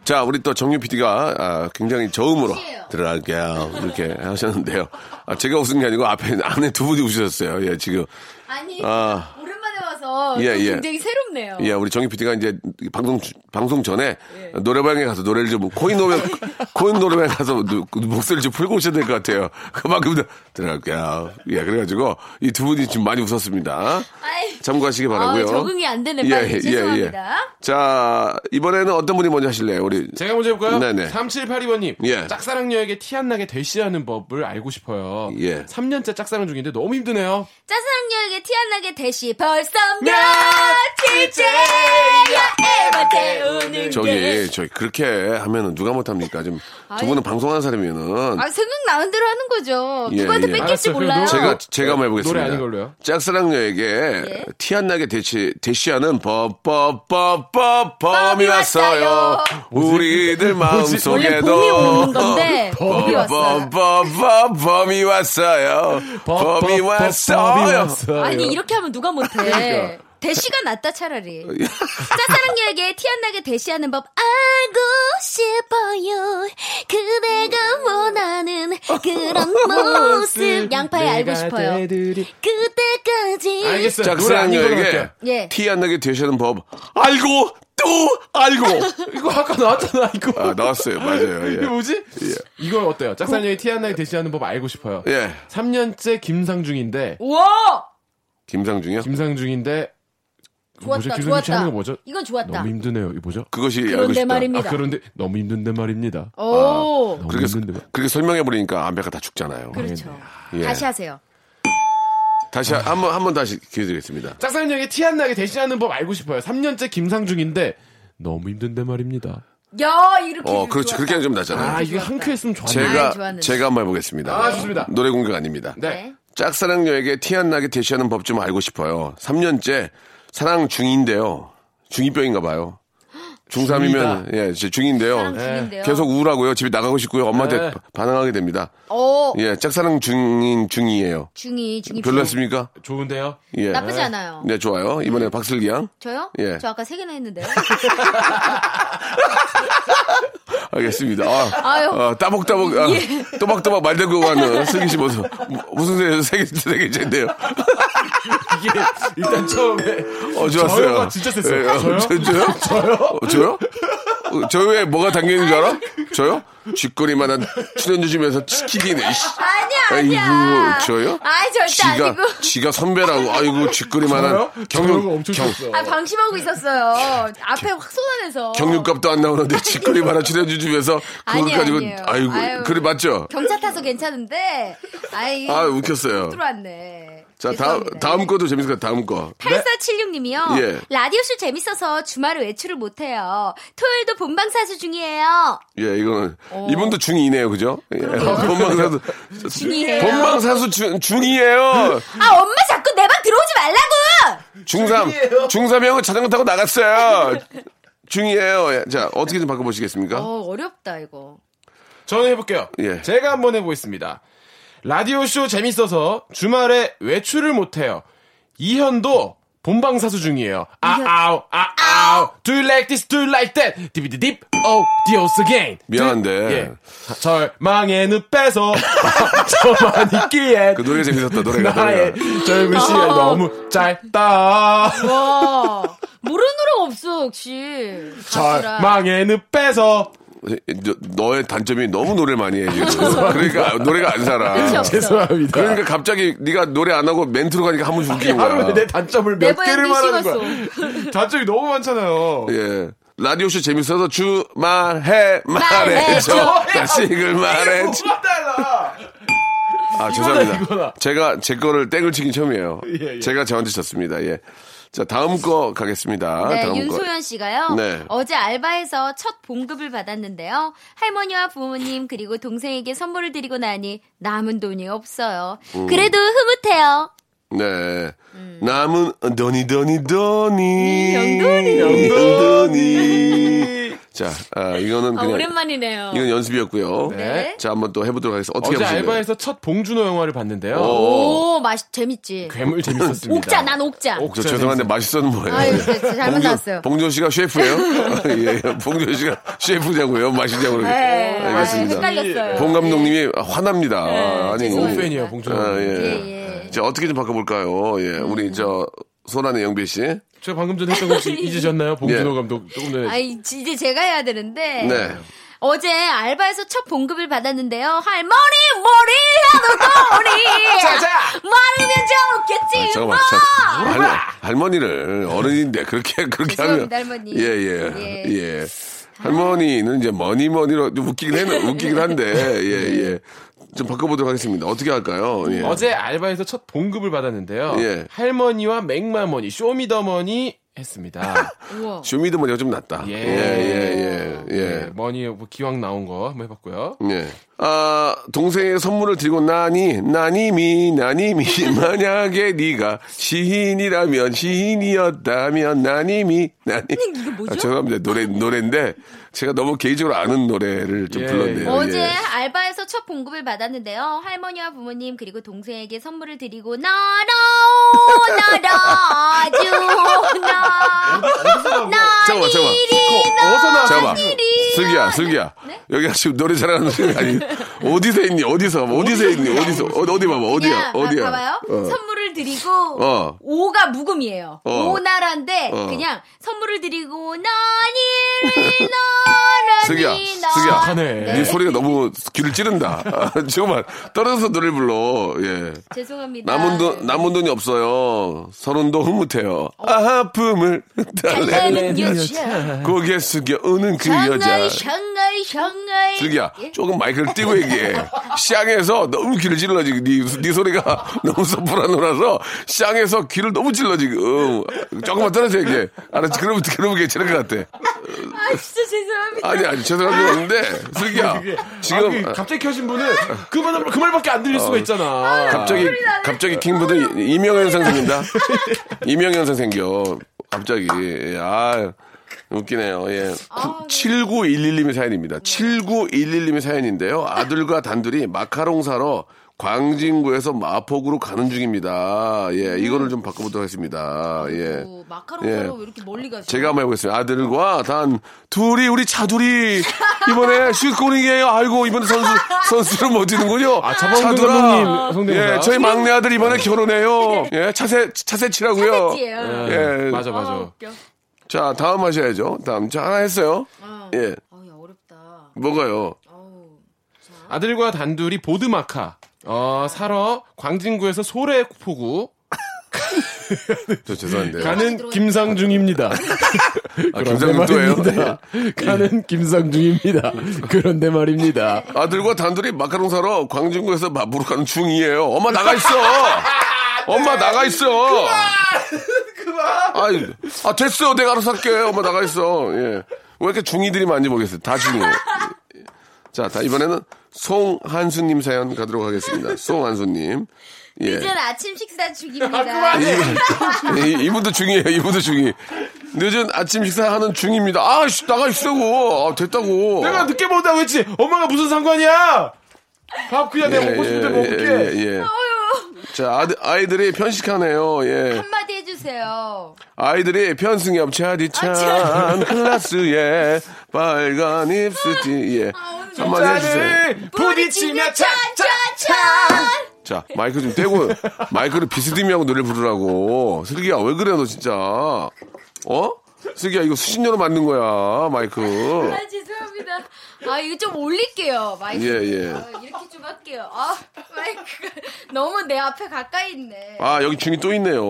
S3: 자, 우리 또 정유 PD가 아, 굉장히 저음으로
S4: 혹시요?
S3: 들어갈게요. 이렇게 하셨는데요. 아, 제가 웃은 게 아니고 앞에 안에 두 분이 웃으셨어요. 예, 지금.
S4: 아니
S3: 아.
S4: 오랜만에 와서
S3: 예,
S4: 좀
S3: 예.
S4: 굉장히 새롭네요.
S3: 예, 우리 정희 PD가 이제 방송 주- 방송 전에 노래방에 가서 노래를 좀 코인 노래 코인 노래방에 가서 누- 그 목소리를 좀 풀고 오셔야 될 것 같아요. 그만큼 더- 들어갈게요. 예, 그래가지고 이 두 분이 지금 많이 웃었습니다.
S4: 아이.
S3: 참고하시기 바라고요. 예,
S4: 아, 적응이 안 되네. 빨리. 죄송합니다.
S3: 자 이번에는 어떤 분이 먼저 하실래요? 우리
S2: 제가 먼저 해볼까요?
S3: 네네.
S2: 3782번님.
S3: 예.
S2: 짝사랑녀에게 티 안 나게 대시하는 법을 알고 싶어요.
S3: 예.
S2: 3년째 짝사랑 중인데 너무 힘드네요.
S4: 짜장녀에게 티 안 나게 대시 벌써
S3: 네,
S4: 며칠째야
S2: 며칠째야
S4: 애가 태우는 게.
S3: 예. 저기 예. 저기 그렇게 하면은 누가 못합니까? 지금 두
S4: 아이.
S3: 분은 방송하는 사람이면은
S4: 아 생각나는 대로 하는 거죠.
S3: 예,
S4: 누구한테
S3: 예.
S4: 뺏길지
S2: 알았어요. 그럼
S4: 몰라요.
S2: 노래-
S3: 제가 제가 한번 해보겠습니다.
S2: 네. 노래 아닌 걸로요?
S3: 짝사랑녀에게
S4: 예.
S3: 티 안 나게 대시 대시하는 법법법법 범이
S4: 범이
S3: 왔어요.
S4: 왔어요.
S3: 우리들 마음
S2: 뭐지?
S4: 원래
S3: 속에도
S4: 봄이 오는 건데 봄이 왔어요.
S3: 법법법 범이 왔어요. 범이
S2: 법, 법, 법, 법이
S3: 왔어요.
S2: 왔어요.
S4: 아니 이렇게 하면 누가
S3: 그러니까.
S4: 못해. 대시가 낫다 차라리. 짜사랑녀에게 티 안 나게 대시하는 법 알고 싶어요.
S3: 음.
S4: 그대가 원하는 그런 모습. 양파에 알고
S2: 내가
S4: 싶어요. 예.
S2: 되드리-
S4: 그때까지.
S2: 알겠어요. 노래 아닌
S3: 짝사랑녀에게
S2: 걸로 할게요.
S4: 예.
S3: 티 안 나게 대시하는 법 알고 또 알고
S2: 이거 아까 나왔잖아 이거.
S3: 아, 나왔어요. 맞아요.
S2: 이게
S3: 예.
S2: 뭐지? 이거 어때요? 짝사랑녀의 티 안 나게 대시하는 법 알고 싶어요.
S3: 예.
S2: 3년째 김상중인데
S4: 우와!
S3: 김상중이요?
S2: 김상중인데 뭐죠?
S4: 좋았다,
S2: 김상중 씨
S4: 좋았다.
S2: 하는 거 뭐죠?
S4: 이건 좋았다.
S2: 너무 힘드네요. 이거 뭐죠?
S3: 그것이 알고
S4: 그런데
S3: 싶다.
S2: 아
S4: 말입니다.
S2: 그런데 너무 힘든데 말입니다.
S4: 오,
S2: 너무
S3: 그렇게,
S2: 힘든데 말.
S3: 그렇게 설명해 버리니까 안배가 다 죽잖아요.
S4: 그렇죠.
S3: 예.
S4: 다시 하세요.
S3: 다시 한번 한 번 다시 기회 드리겠습니다.
S2: 짝사랑녀에게 티 안 나게 대시하는 법 알고 싶어요. 3년째 김상중인데 너무 힘든데 말입니다.
S4: 야, 이렇게.
S3: 어, 그렇지. 그렇게 하면 좀 낫잖아요.
S2: 아 이거 한 큐 했으면 좋았네.
S3: 제가
S4: 아, 좋았는데.
S3: 제가 한번 해보겠습니다.
S2: 아, 좋습니다.
S3: 노래 공격 아닙니다.
S2: 네.
S3: 짝사랑녀에게 티 안 나게 대시하는 법 좀 알고 싶어요. 3년째 사랑 중인데요. 중2병인가 봐요. 중3이면 예, 제 중인데요.
S4: 사랑 중인데요.
S3: 예. 계속 우울하고요. 집에 나가고 싶고요. 엄마한테
S2: 네.
S3: 바- 반항하게 됩니다.
S4: 어,
S3: 예, 짝사랑 중인 중이에요.
S4: 중이, 중이.
S3: 별로였습니까?
S2: 좋은데요.
S3: 예.
S4: 나쁘지 않아요.
S3: 네, 좋아요. 이번에 박슬기양.
S4: 저요?
S3: 예.
S4: 저 아까 세 개나 했는데요.
S3: 알겠습니다. 아,
S4: 아유. 예.
S3: 어, 따복따복, 아, 또박또박 말대고 가는 슬기 씨 모습. 무슨 세, 세, 개, 세 개째인데요.
S2: 이게 일단 처음에
S3: 어, 좋았어요.
S2: 저요가 진짜 셌어요.
S3: 예, 어,
S2: 저요?
S3: 저, 저요? 저요? 어, 저요? 어, 저요에 뭐가 담겨있는 줄 알아? 저요? 쥐꼬리만 한 출연료 주면서 치킨이네, 이씨.
S4: 아니야, 아니야.
S3: 아이고, 저요?
S4: 아이, 절대
S3: 지가,
S4: 아니고.
S3: 지가 선배라고. 아이고, 쥐꼬리만
S2: 저요?
S3: 한
S2: 어? 저요가
S3: 경력,
S2: 엄청
S3: 경,
S2: 좋았어.
S4: 아, 방심하고 있었어요. 앞에 확 쏟아내서.
S3: 경력값도 안 나오는데 쥐꼬리만 한 출연료 주면서 그걸
S4: 아니에요,
S3: 가지고,
S4: 아니에요.
S3: 아이고,
S4: 아유.
S3: 그래, 맞죠?
S4: 경차 타서 괜찮은데, 아이,
S3: 아, 웃겼어요.
S4: 들어왔네.
S3: 자, 다음, 다음 거도 재밌을 것 같아요, 다음 거.
S4: 8476님이요.
S3: 예.
S4: 라디오쇼 재밌어서 주말에 외출을 못해요. 토요일도 본방사수 중이에요.
S3: 예, 이거는 이분도 중이네요, 그죠? 예. 본방사수
S4: 중이에요.
S3: 본방사수 중, 중이에요.
S4: 아, 엄마 자꾸 내 방 들어오지 말라고!
S3: 중삼
S2: 중이에요.
S3: 중삼형은 자전거 타고 나갔어요. 중이에요. 예, 자, 어떻게 좀 바꿔보시겠습니까?
S4: 어, 어렵다, 이거.
S2: 저는 해볼게요.
S3: 예.
S2: 제가 한번 해보겠습니다. 라디오쇼 재밌어서 주말에 외출을 못해요. 이현도 본방사수 중이에요. 아, 아우, 아, 아우. Do you like this? Do you like that? 디비디딥, 오, 디오스 게인.
S3: 미안한데.
S2: 예. 절망의 늪에서 저만 있기에.
S3: 그 노래가 재밌었다, 노래가.
S2: 나의
S3: 노래가.
S2: 젊은 시절이
S4: 어.
S2: 너무 짧다.
S4: 와, 모르는 노래가 없어, 역시. 가수라.
S2: 절망의 늪에서.
S3: 예, 너- 너의 단점이 너무 노래를 많이 해. 지금. 그러니까 노래가 안 살아.
S4: 그쵸.
S2: 죄송합니다.
S3: 그러니까 갑자기 네가 노래 안 하고 멘트로 가니까 한 번씩 웃기는
S2: 하루에
S3: 거야.
S2: 내 단점을 몇
S4: 네버
S2: 개를
S4: 엔딩
S2: 말하는 거야. 단점이 너무 많잖아요.
S3: 예. 라디오쇼 재밌어서 주말해 말해줘.
S4: 말해줘.
S3: 자식을 말해줘.
S2: 뭐가 달라?
S3: 아, 죄송합니다.
S2: 이거다.
S3: 제가 제 거를 땡을 치긴 처음이에요.
S2: 예, 예.
S3: 제가 저한테 졌습니다. 예. 자, 다음 거 가겠습니다.
S4: 네,
S3: 아, 다음
S4: 윤소연 씨가요.
S3: 네.
S4: 어제 알바에서 첫 봉급을 받았는데요. 할머니와 부모님 그리고 동생에게 선물을 드리고 나니 남은 돈이 없어요.
S3: 음.
S4: 그래도 흐뭇해요.
S3: 거. 네. 남은 더니 더니 더니.
S4: 영돈이.
S3: 영돈이. 자, 아, 이거는
S4: 아,
S3: 그냥
S4: 오랜만이네요.
S3: 이건 연습이었고요.
S4: 네.
S3: 자, 한번 또 해보도록 하겠습니다. 어떻게
S2: 어제
S3: 보시나요?
S2: 알바에서 첫 봉준호 영화를 봤는데요.
S4: 오, 맛 재밌지.
S2: 괴물 재밌었습니다.
S4: 옥자, 난 옥자.
S2: 옥-
S3: 저 죄송한데
S2: 재밌어요.
S3: 맛있어는 뭐예요?
S4: 아유, 진짜 잘못 나왔어요.
S3: 봉준 씨가 셰프예요? 예, 예. 봉준 씨가 셰프냐고요? 맛있냐고.
S4: 네,
S3: 알겠습니다.
S4: 아, 헷갈렸어요.
S3: 봉 감독님이 화납니다. 아, 아니,
S4: 네,
S2: 너무
S4: 죄송해요.
S2: 팬이에요, 봉준호.
S3: 아,
S2: 예.
S4: 예,
S3: 예.
S4: 예. 음.
S3: 자, 어떻게 좀 바꿔볼까요? 예, 우리 저 소란의 영배 씨.
S4: 네.
S2: 제가 방금 전에 했던 거 혹시 잊으셨나요? 봉준호
S3: 예.
S2: 감독 조금 전에
S4: 아, 이제 제가 해야 되는데.
S3: 네.
S4: 어제 알바에서 첫 봉급을 받았는데요. 할머니, 머리, 하도 머리! 말이면 좋겠지,
S3: 아, 잠깐만,
S4: 뭐!
S3: 자, 할, 할머니를 어른인데 그렇게 그렇게 하면
S4: 죄송합니다, 할머니.
S3: 예예 예.
S4: 예.
S3: 할머니는 이제 머니 머니로 좀 웃기긴 해 웃기긴 한데
S4: 네.
S3: 예예 좀 바꿔보도록 하겠습니다. 어떻게 할까요? 예.
S2: 어제 알바에서 첫 봉급을 받았는데요.
S3: 예.
S2: 할머니와 맥마머니, 쇼미더머니 했습니다.
S4: 우와.
S3: 쇼미더머니가 좀 낫다.
S2: 예.
S3: 예예예 예.
S2: 예, 머니 뭐 기왕 나온 거 한번 해봤고요.
S3: 예. 아, 동생의 선물을 들고 나니, 나니미, 나니미, 만약에 네가 시인이라면, 시인이었다면, 나니미, 나니미.
S4: 이거 뭐죠?
S3: 아, 죄송합니다. 노래, 노래인데, 제가 너무 개인적으로 아는 노래를 좀
S2: 예.
S3: 불렀네요.
S4: 어제
S3: 예.
S4: 알바에서 첫 봉급을 받았는데요. 할머니와 부모님 그리고 동생에게 선물을 드리고 나라나라주
S3: 뭐? 잠깐만, 잠깐만.
S2: 어서 나
S3: 잠깐만. 슬기야, 슬기야. 여기가 지금 노래 잘하는 소리 아니, 어디서 있니? 어디서? 어디서 있니? 어디서? 어디, 어디 봐봐. 어디야? 어디야?
S4: 아, 봐봐요.
S3: 어.
S4: 선물을 드리고
S3: 어.
S4: 오가 무금이에요.
S3: 어.
S4: 오나라인데
S3: 어.
S4: 그냥 선물을 드리고 나니 나라니
S3: 슬기야,
S4: 나-
S3: 슬기야.
S2: 하네.
S3: 네 소리가 너무 귀를 찌른다. 아, 정말 떨어져서 노래를 불러. 예.
S4: 죄송합니다.
S3: 남은 돈 남은 돈이 없어요. 서른도 흐뭇해요. 아픔을 달래는 그
S4: 달래는 여자.
S3: 고개 숙여 우는 그 여자.
S4: 샹가이 샹가이 샹가이
S3: 슬기야,
S4: 예?
S3: 조금 마이크를 띄고 얘기해. 샹에서 너무 귀를 찔러 지금 네, 네 소리가 너무 소프라노라서 샹에서 귀를 너무 찔러 지금. 조금만 떨어져 얘기해. 알았지? 그러면 그러면 괜찮을 것 같아.
S4: 아 진짜 죄송합니다.
S3: 아니 아니 죄송한 건 없는데 슬기야
S2: 지금
S3: 지금
S2: 예. 아,
S3: 아,
S2: 갑자기 켜신 분은 그, 말, 그 말밖에 안 들릴 수가 있잖아.
S3: 갑자기 갑자기 킹보드 이명현 선생입니다. 이명현 선생겨 갑자기 예, 아 웃기네요. 예.
S4: 아,
S3: 7911님의 사연입니다. 7911님의 사연인데요. 아들과 단둘이 마카롱 사러 광진구에서 마포구로 가는 중입니다. 예, 이거를 좀 바꿔보도록 하겠습니다. 예.
S4: 오, 마카롱
S3: 예.
S4: 사러 왜 이렇게 멀리 가시죠?
S3: 제가 한번 해보겠습니다. 아들과 단 둘이 우리 차둘이 이번에 슛골이에요. 아이고 이번에 선수 선수를 못 뛰는군요.
S2: 아, 차범근
S3: 차두라.
S2: 감독님 성대모사.
S3: 예, 저희 막내 아들 이번에 결혼해요. 예, 차세 차세 치라고요.
S4: 차세치예요.
S3: 예.
S2: 맞아
S4: 아,
S2: 맞아.
S4: 웃겨.
S3: 자 다음 하셔야죠. 다음 자 하나 했어요.
S4: 아,
S3: 예,
S4: 아우, 야, 어렵다.
S3: 뭐가요?
S4: 아우. 자.
S2: 아들과 단둘이 보드마카 어, 사러 광진구에서 소래포구
S3: 저 죄송한데. 요
S2: 가는 김상중입니다.
S3: 아, 예. 김상중 또예요.
S2: 가는 김상중입니다. 그런데 말입니다.
S3: 아들과 단둘이 마카롱 사러 광진구에서 마부로 가는 중이에요. 엄마 나가 있어.
S2: 네.
S3: 엄마 나가 있어. 그만. 아, 됐어. 내가 알아서 할게. 엄마 나가 있어. 예. 왜 이렇게 중이들이 많은지 모르겠어요. 다 중이. 자, 다 이번에는 송한수님 사연 가도록 하겠습니다. 송한수님. 예.
S4: 늦은 아침 식사 중입니다.
S3: 이- 이분도 중이에요. 이분도 중이. 늦은 아침 식사하는 중입니다. 아, 씨, 나가 있어고. 아, 됐다고.
S2: 내가 늦게 본다고 했지. 엄마가 무슨 상관이야? 밥 그냥 내가 먹고 싶을 때 먹을게.
S3: 예, 예. 자, 아드, 아이들이 편식하네요. 예.
S4: 한마디 해주세요.
S3: 아이들이 편승이 업체아디찬 클라스에 빨간 입술티. 예.
S4: 아,
S3: 한마디 해주세요.
S2: 나를 부딪히며
S4: 차차차.
S3: 자, 마이크 좀 떼고, 마이크를 비스듬히하고 노래 부르라고. 슬기야, 왜 그래, 너 진짜. 어? 슬기야, 이거 수신료로 만든 거야, 마이크.
S4: 아 죄송합니다. 아 이거 좀 올릴게요. 마이크.
S3: 예, 예.
S4: 아, 이렇게 좀 할게요. 아 마이크가 너무 내 앞에 가까이 있네.
S3: 아, 여기 준이 또 있네요.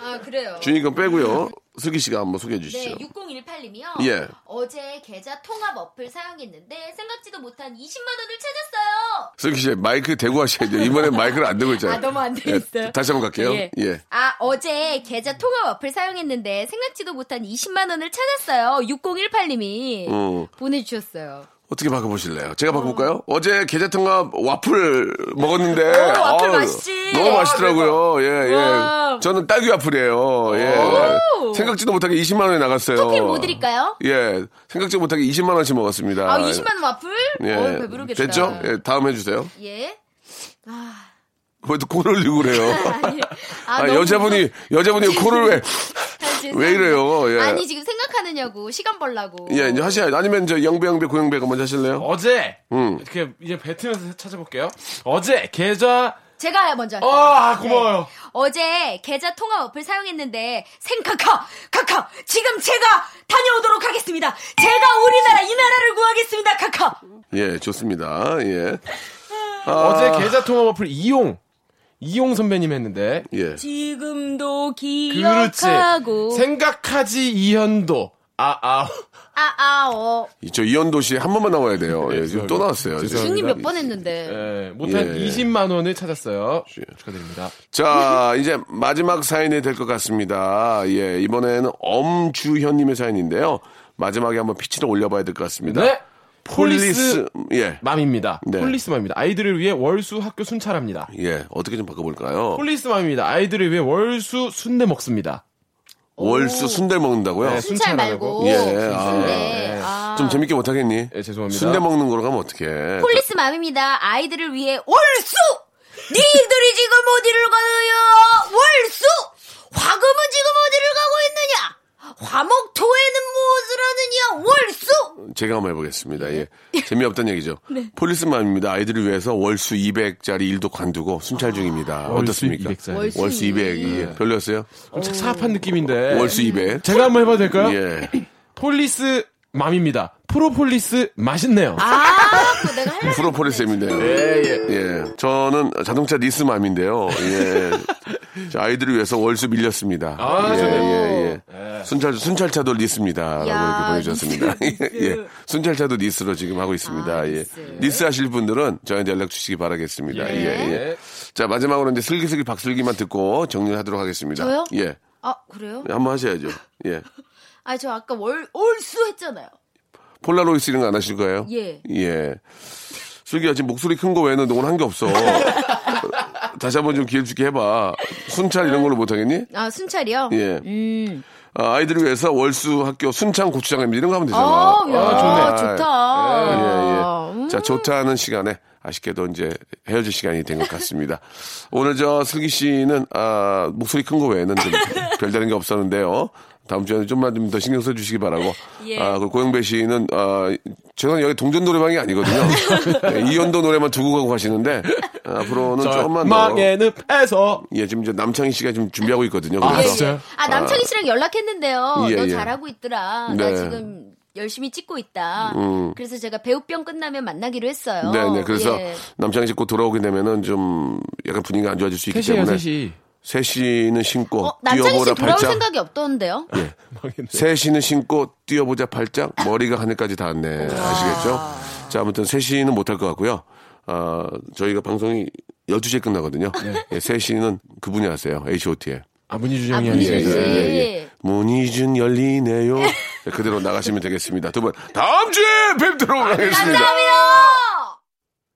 S4: 아 그래요.
S3: 준이 건 빼고요. 슬기 씨가 한번 소개해
S4: 네,
S3: 주시죠.
S4: 6018님이요.
S3: 예.
S4: 어제 계좌 통합 어플 사용했는데 생각지도 못한 20만 원을 찾았어요.
S3: 슬기 씨, 마이크 대고 하셔야 돼요. 이번에 마이크를 안 들고 있잖아요.
S4: 아, 너무 안돼
S3: 예,
S4: 있어요.
S3: 다시 한번 갈게요. 예.
S4: 아, 어제 계좌 통합 어플 사용했는데 생각지도 못한 20만 원을 찾았어요. 6018님이
S3: 어.
S4: 보내 주셨어요.
S3: 어떻게 바꿔보실래요? 제가 바꿔볼까요? 어. 제 계자탕과 와플 먹었는데.
S4: 오, 어, 와플
S3: 아우,
S4: 맛있지.
S3: 너무
S4: 와,
S3: 맛있더라고요. 예, 예.
S4: 와.
S3: 저는 딸기 와플이에요. 예.
S4: 오.
S3: 생각지도 못하게 20만원에 나갔어요.
S4: 커피를 뭐 드릴까요?
S3: 예. 생각지도 못하게 20만원씩 먹었습니다. 예.
S4: 아, 20만 원 와플? 어, 배부르겠다.
S3: 됐죠? 예, 다음 해주세요.
S4: 예.
S3: 왜 또 코를 흘리고 그래요?
S4: 아니, 아,
S3: 아,
S4: 너무
S3: 여자분이, 여자분이 코를 왜,
S4: 죄송합니다.
S3: 왜 이래요? 예.
S4: 아니 지금 생각하느냐고 시간 벌라고.
S3: 예, 이제 하셔야 아니면 저 영배, 영배, 고영배 먼저 하실래요?
S2: 어제
S3: 음.
S2: 이렇게 이제 뱉으면서 찾아볼게요. 어제 계좌
S4: 제가 먼저. 할게요. 네.
S2: 아 고마워요.
S4: 어제 계좌 통화 어플 사용했는데 생카카 카카 지금 제가 다녀오도록 하겠습니다. 제가 우리나라 이 나라를 구하겠습니다. 카카.
S3: 예, 좋습니다. 예. 아,
S2: 어제 계좌 통화 어플 이용 이용 선배님 했는데
S3: 예.
S4: 지금도
S2: 그렇지
S4: 기억하고
S2: 생각하지 이현도 아아
S4: 아아오 어.
S3: 저 이현도 씨 한 번만 나와야 돼요. 예, 지금 또 나왔어요.
S2: 네, 죄송합니다.
S4: 중이 몇 번 했는데
S2: 예, 못한
S3: 예.
S2: 20만 원을 찾았어요. 축하드립니다.
S3: 자, 이제 마지막 사연이 될 것 같습니다. 예, 이번에는 엄주현님의 사연인데요. 마지막에 한번 피치를 올려봐야 될 것 같습니다.
S2: 네.
S3: 폴리스,
S2: 폴리스
S3: 예,
S2: 맘입니다.
S3: 네.
S2: 폴리스맘입니다. 아이들을 위해 월수 학교 순찰합니다.
S3: 예, 어떻게 좀 바꿔볼까요?
S2: 폴리스맘입니다. 아이들을 위해 월수 순대 먹습니다.
S3: 월수 순대 먹는다고요?
S2: 네, 순-
S4: 순찰 말고
S3: 예,
S4: 순대. 아.
S3: 좀 재밌게 못하겠니?
S2: 예, 죄송합니다.
S3: 순대 먹는 거로 가면 어떡해.
S4: 폴리스 맘입니다. 아이들을 위해 월수! 니들이 지금 어디를 가느냐? 월수! 화금은 지금 어디를 가고 있느냐? 화목토에는 무엇을 하느냐? 월수!
S3: 제가 한번 해보겠습니다.
S2: 네.
S3: 예. 재미없다는 얘기죠.
S4: 네.
S3: 폴리스맘입니다. 아이들을 위해서 월수 200짜리 일도 관두고 순찰 중입니다.
S2: 아, 월수
S3: 어떻습니까?
S2: 200짜리.
S4: 월수
S3: 월수 200. 예. 별로였어요?
S2: 좀 착사합한
S4: 네.
S2: 느낌인데.
S3: 월수 200.
S2: 제가 한번 해봐도
S4: 어?
S2: 될까요?
S3: 예.
S2: 폴리스 맘입니다. 프로폴리스 맛있네요.
S4: 아, 그거 내가 하려고.
S3: 프로폴리스입니다. 예, 예. 저는 자동차 리스맘인데요. 예. 자, 아이들을 위해서 월수 밀렸습니다.
S2: 아,
S3: 예,
S2: 좋네요.
S3: 예, 예. 순찰, 순찰차도 리스입니다. 라고 이렇게
S4: 야,
S3: 보내주셨습니다.
S4: 리스,
S3: 예, 예. 순찰차도 리스로 지금 하고 있습니다.
S4: 아,
S3: 예.
S4: 리스.
S3: 리스 하실 분들은 저희한테 연락 주시기 바라겠습니다.
S2: 예.
S3: 예, 예. 자 마지막으로 이제 슬기슬기 박슬기만 듣고 정리하도록 하겠습니다.
S4: 저요?
S3: 예,
S4: 아, 그래요?
S3: 한번 하셔야죠. 예,
S4: 아, 저 아까 월, 월수 했잖아요.
S3: 폴라로이드 이런 거 안 하실 거예요?
S4: 예.
S3: 예. 슬기야 지금 목소리 큰 거 외에는 오늘 한 게 없어. 다시 한번 좀 기회 주게 해봐. 순찰 이런 걸로 못 하겠니?
S4: 아, 순찰이요?
S3: 예. 아, 아이들을 위해서 월수 학교 순창 고추장입니다. 이런 거 하면 되잖아.
S4: 아, 야, 음.
S3: 아, 예,
S4: 좋다.
S3: 예. 자, 좋다는 시간에 아쉽게도 이제 헤어질 시간이 된 것 같습니다. 오늘 저 슬기 씨는 아, 목소리 큰 거 외에는 좀 별다른 게 없었는데요. 다음 주에는 좀만 좀 더 신경 써 주시기 바라고.
S4: 예.
S3: 아, 그리고 고영배 씨는 아, 저는 여기 동전 노래방이 아니거든요. 예, 이연도 노래만 두고 가고 가시는데 아, 앞으로는 조금만 더
S2: 망의 늪에서.
S3: 예, 지금 이제 남창희 씨가 지금 준비하고 있거든요.
S2: 아,
S3: 그래서
S2: 진짜요?
S4: 아, 남창희 씨랑 연락했는데요.
S3: 예,
S4: 너
S3: 예.
S4: 잘하고
S3: 네.
S4: 있더라.
S3: 음.
S4: 나 지금 열심히 찍고 있다. 그래서 제가 배우병 끝나면 만나기로 했어요.
S3: 네, 네. 그래서
S4: 예.
S3: 남창희 씨 곧 돌아오게 되면은 좀 약간 분위기가 안 좋아질 수 있기
S2: 셋이에요,
S3: 때문에
S2: 셋이.
S3: 셋이는 신고
S4: 어, 남창희
S3: 뭐 뛰어보라 예.
S4: 씨 돌아올
S3: 팔짱.
S4: 생각이 없던데요?
S3: 셋이는 신고 뛰어보자 팔짱 머리가 하늘까지 닿았네 아시겠죠? 자 아무튼 셋이는 못할 것 같고요. 아 저희가 방송이 12시에 끝나거든요. 예, 셋이는 그분이 하세요. H.O.T.의
S2: 아, 문희주 형이
S4: 아, 문희주
S2: 아니에요.
S4: 씨.
S2: 예, 예.
S3: 문이준 열리네요. 네, 그대로 나가시면 되겠습니다. 두 분 다음 주에 뵙도록 하겠습니다.
S4: 감사합니다.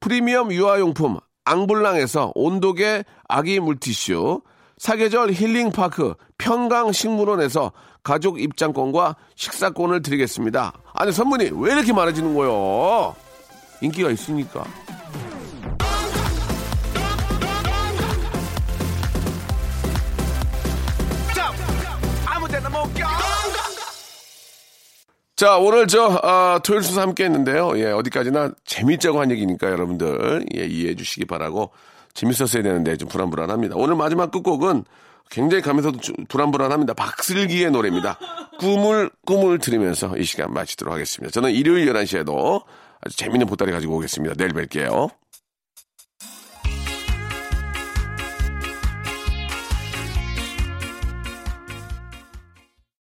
S3: 프리미엄 유아용품 앙블랑에서 온도계 아기 물티슈, 사계절 힐링파크 평강식물원에서 가족 입장권과 식사권을 드리겠습니다. 아니 선물이 왜 이렇게 많아지는 거요? 인기가 있으니까. 자, 오늘 저, 아, 토요일 순서 함께 했는데요. 예, 어디까지나 재밌자고 한 얘기니까 여러분들, 예, 이해해 주시기 바라고, 재밌었어야 되는데 좀 불안불안합니다. 오늘 마지막 끝곡은 굉장히 가면서도 좀 불안불안합니다. 박슬기의 노래입니다. 꿈을, 꿈을 들으면서 이 시간 마치도록 하겠습니다. 저는 일요일 11시에도 아주 재밌는 보따리 가지고 오겠습니다. 내일 뵐게요.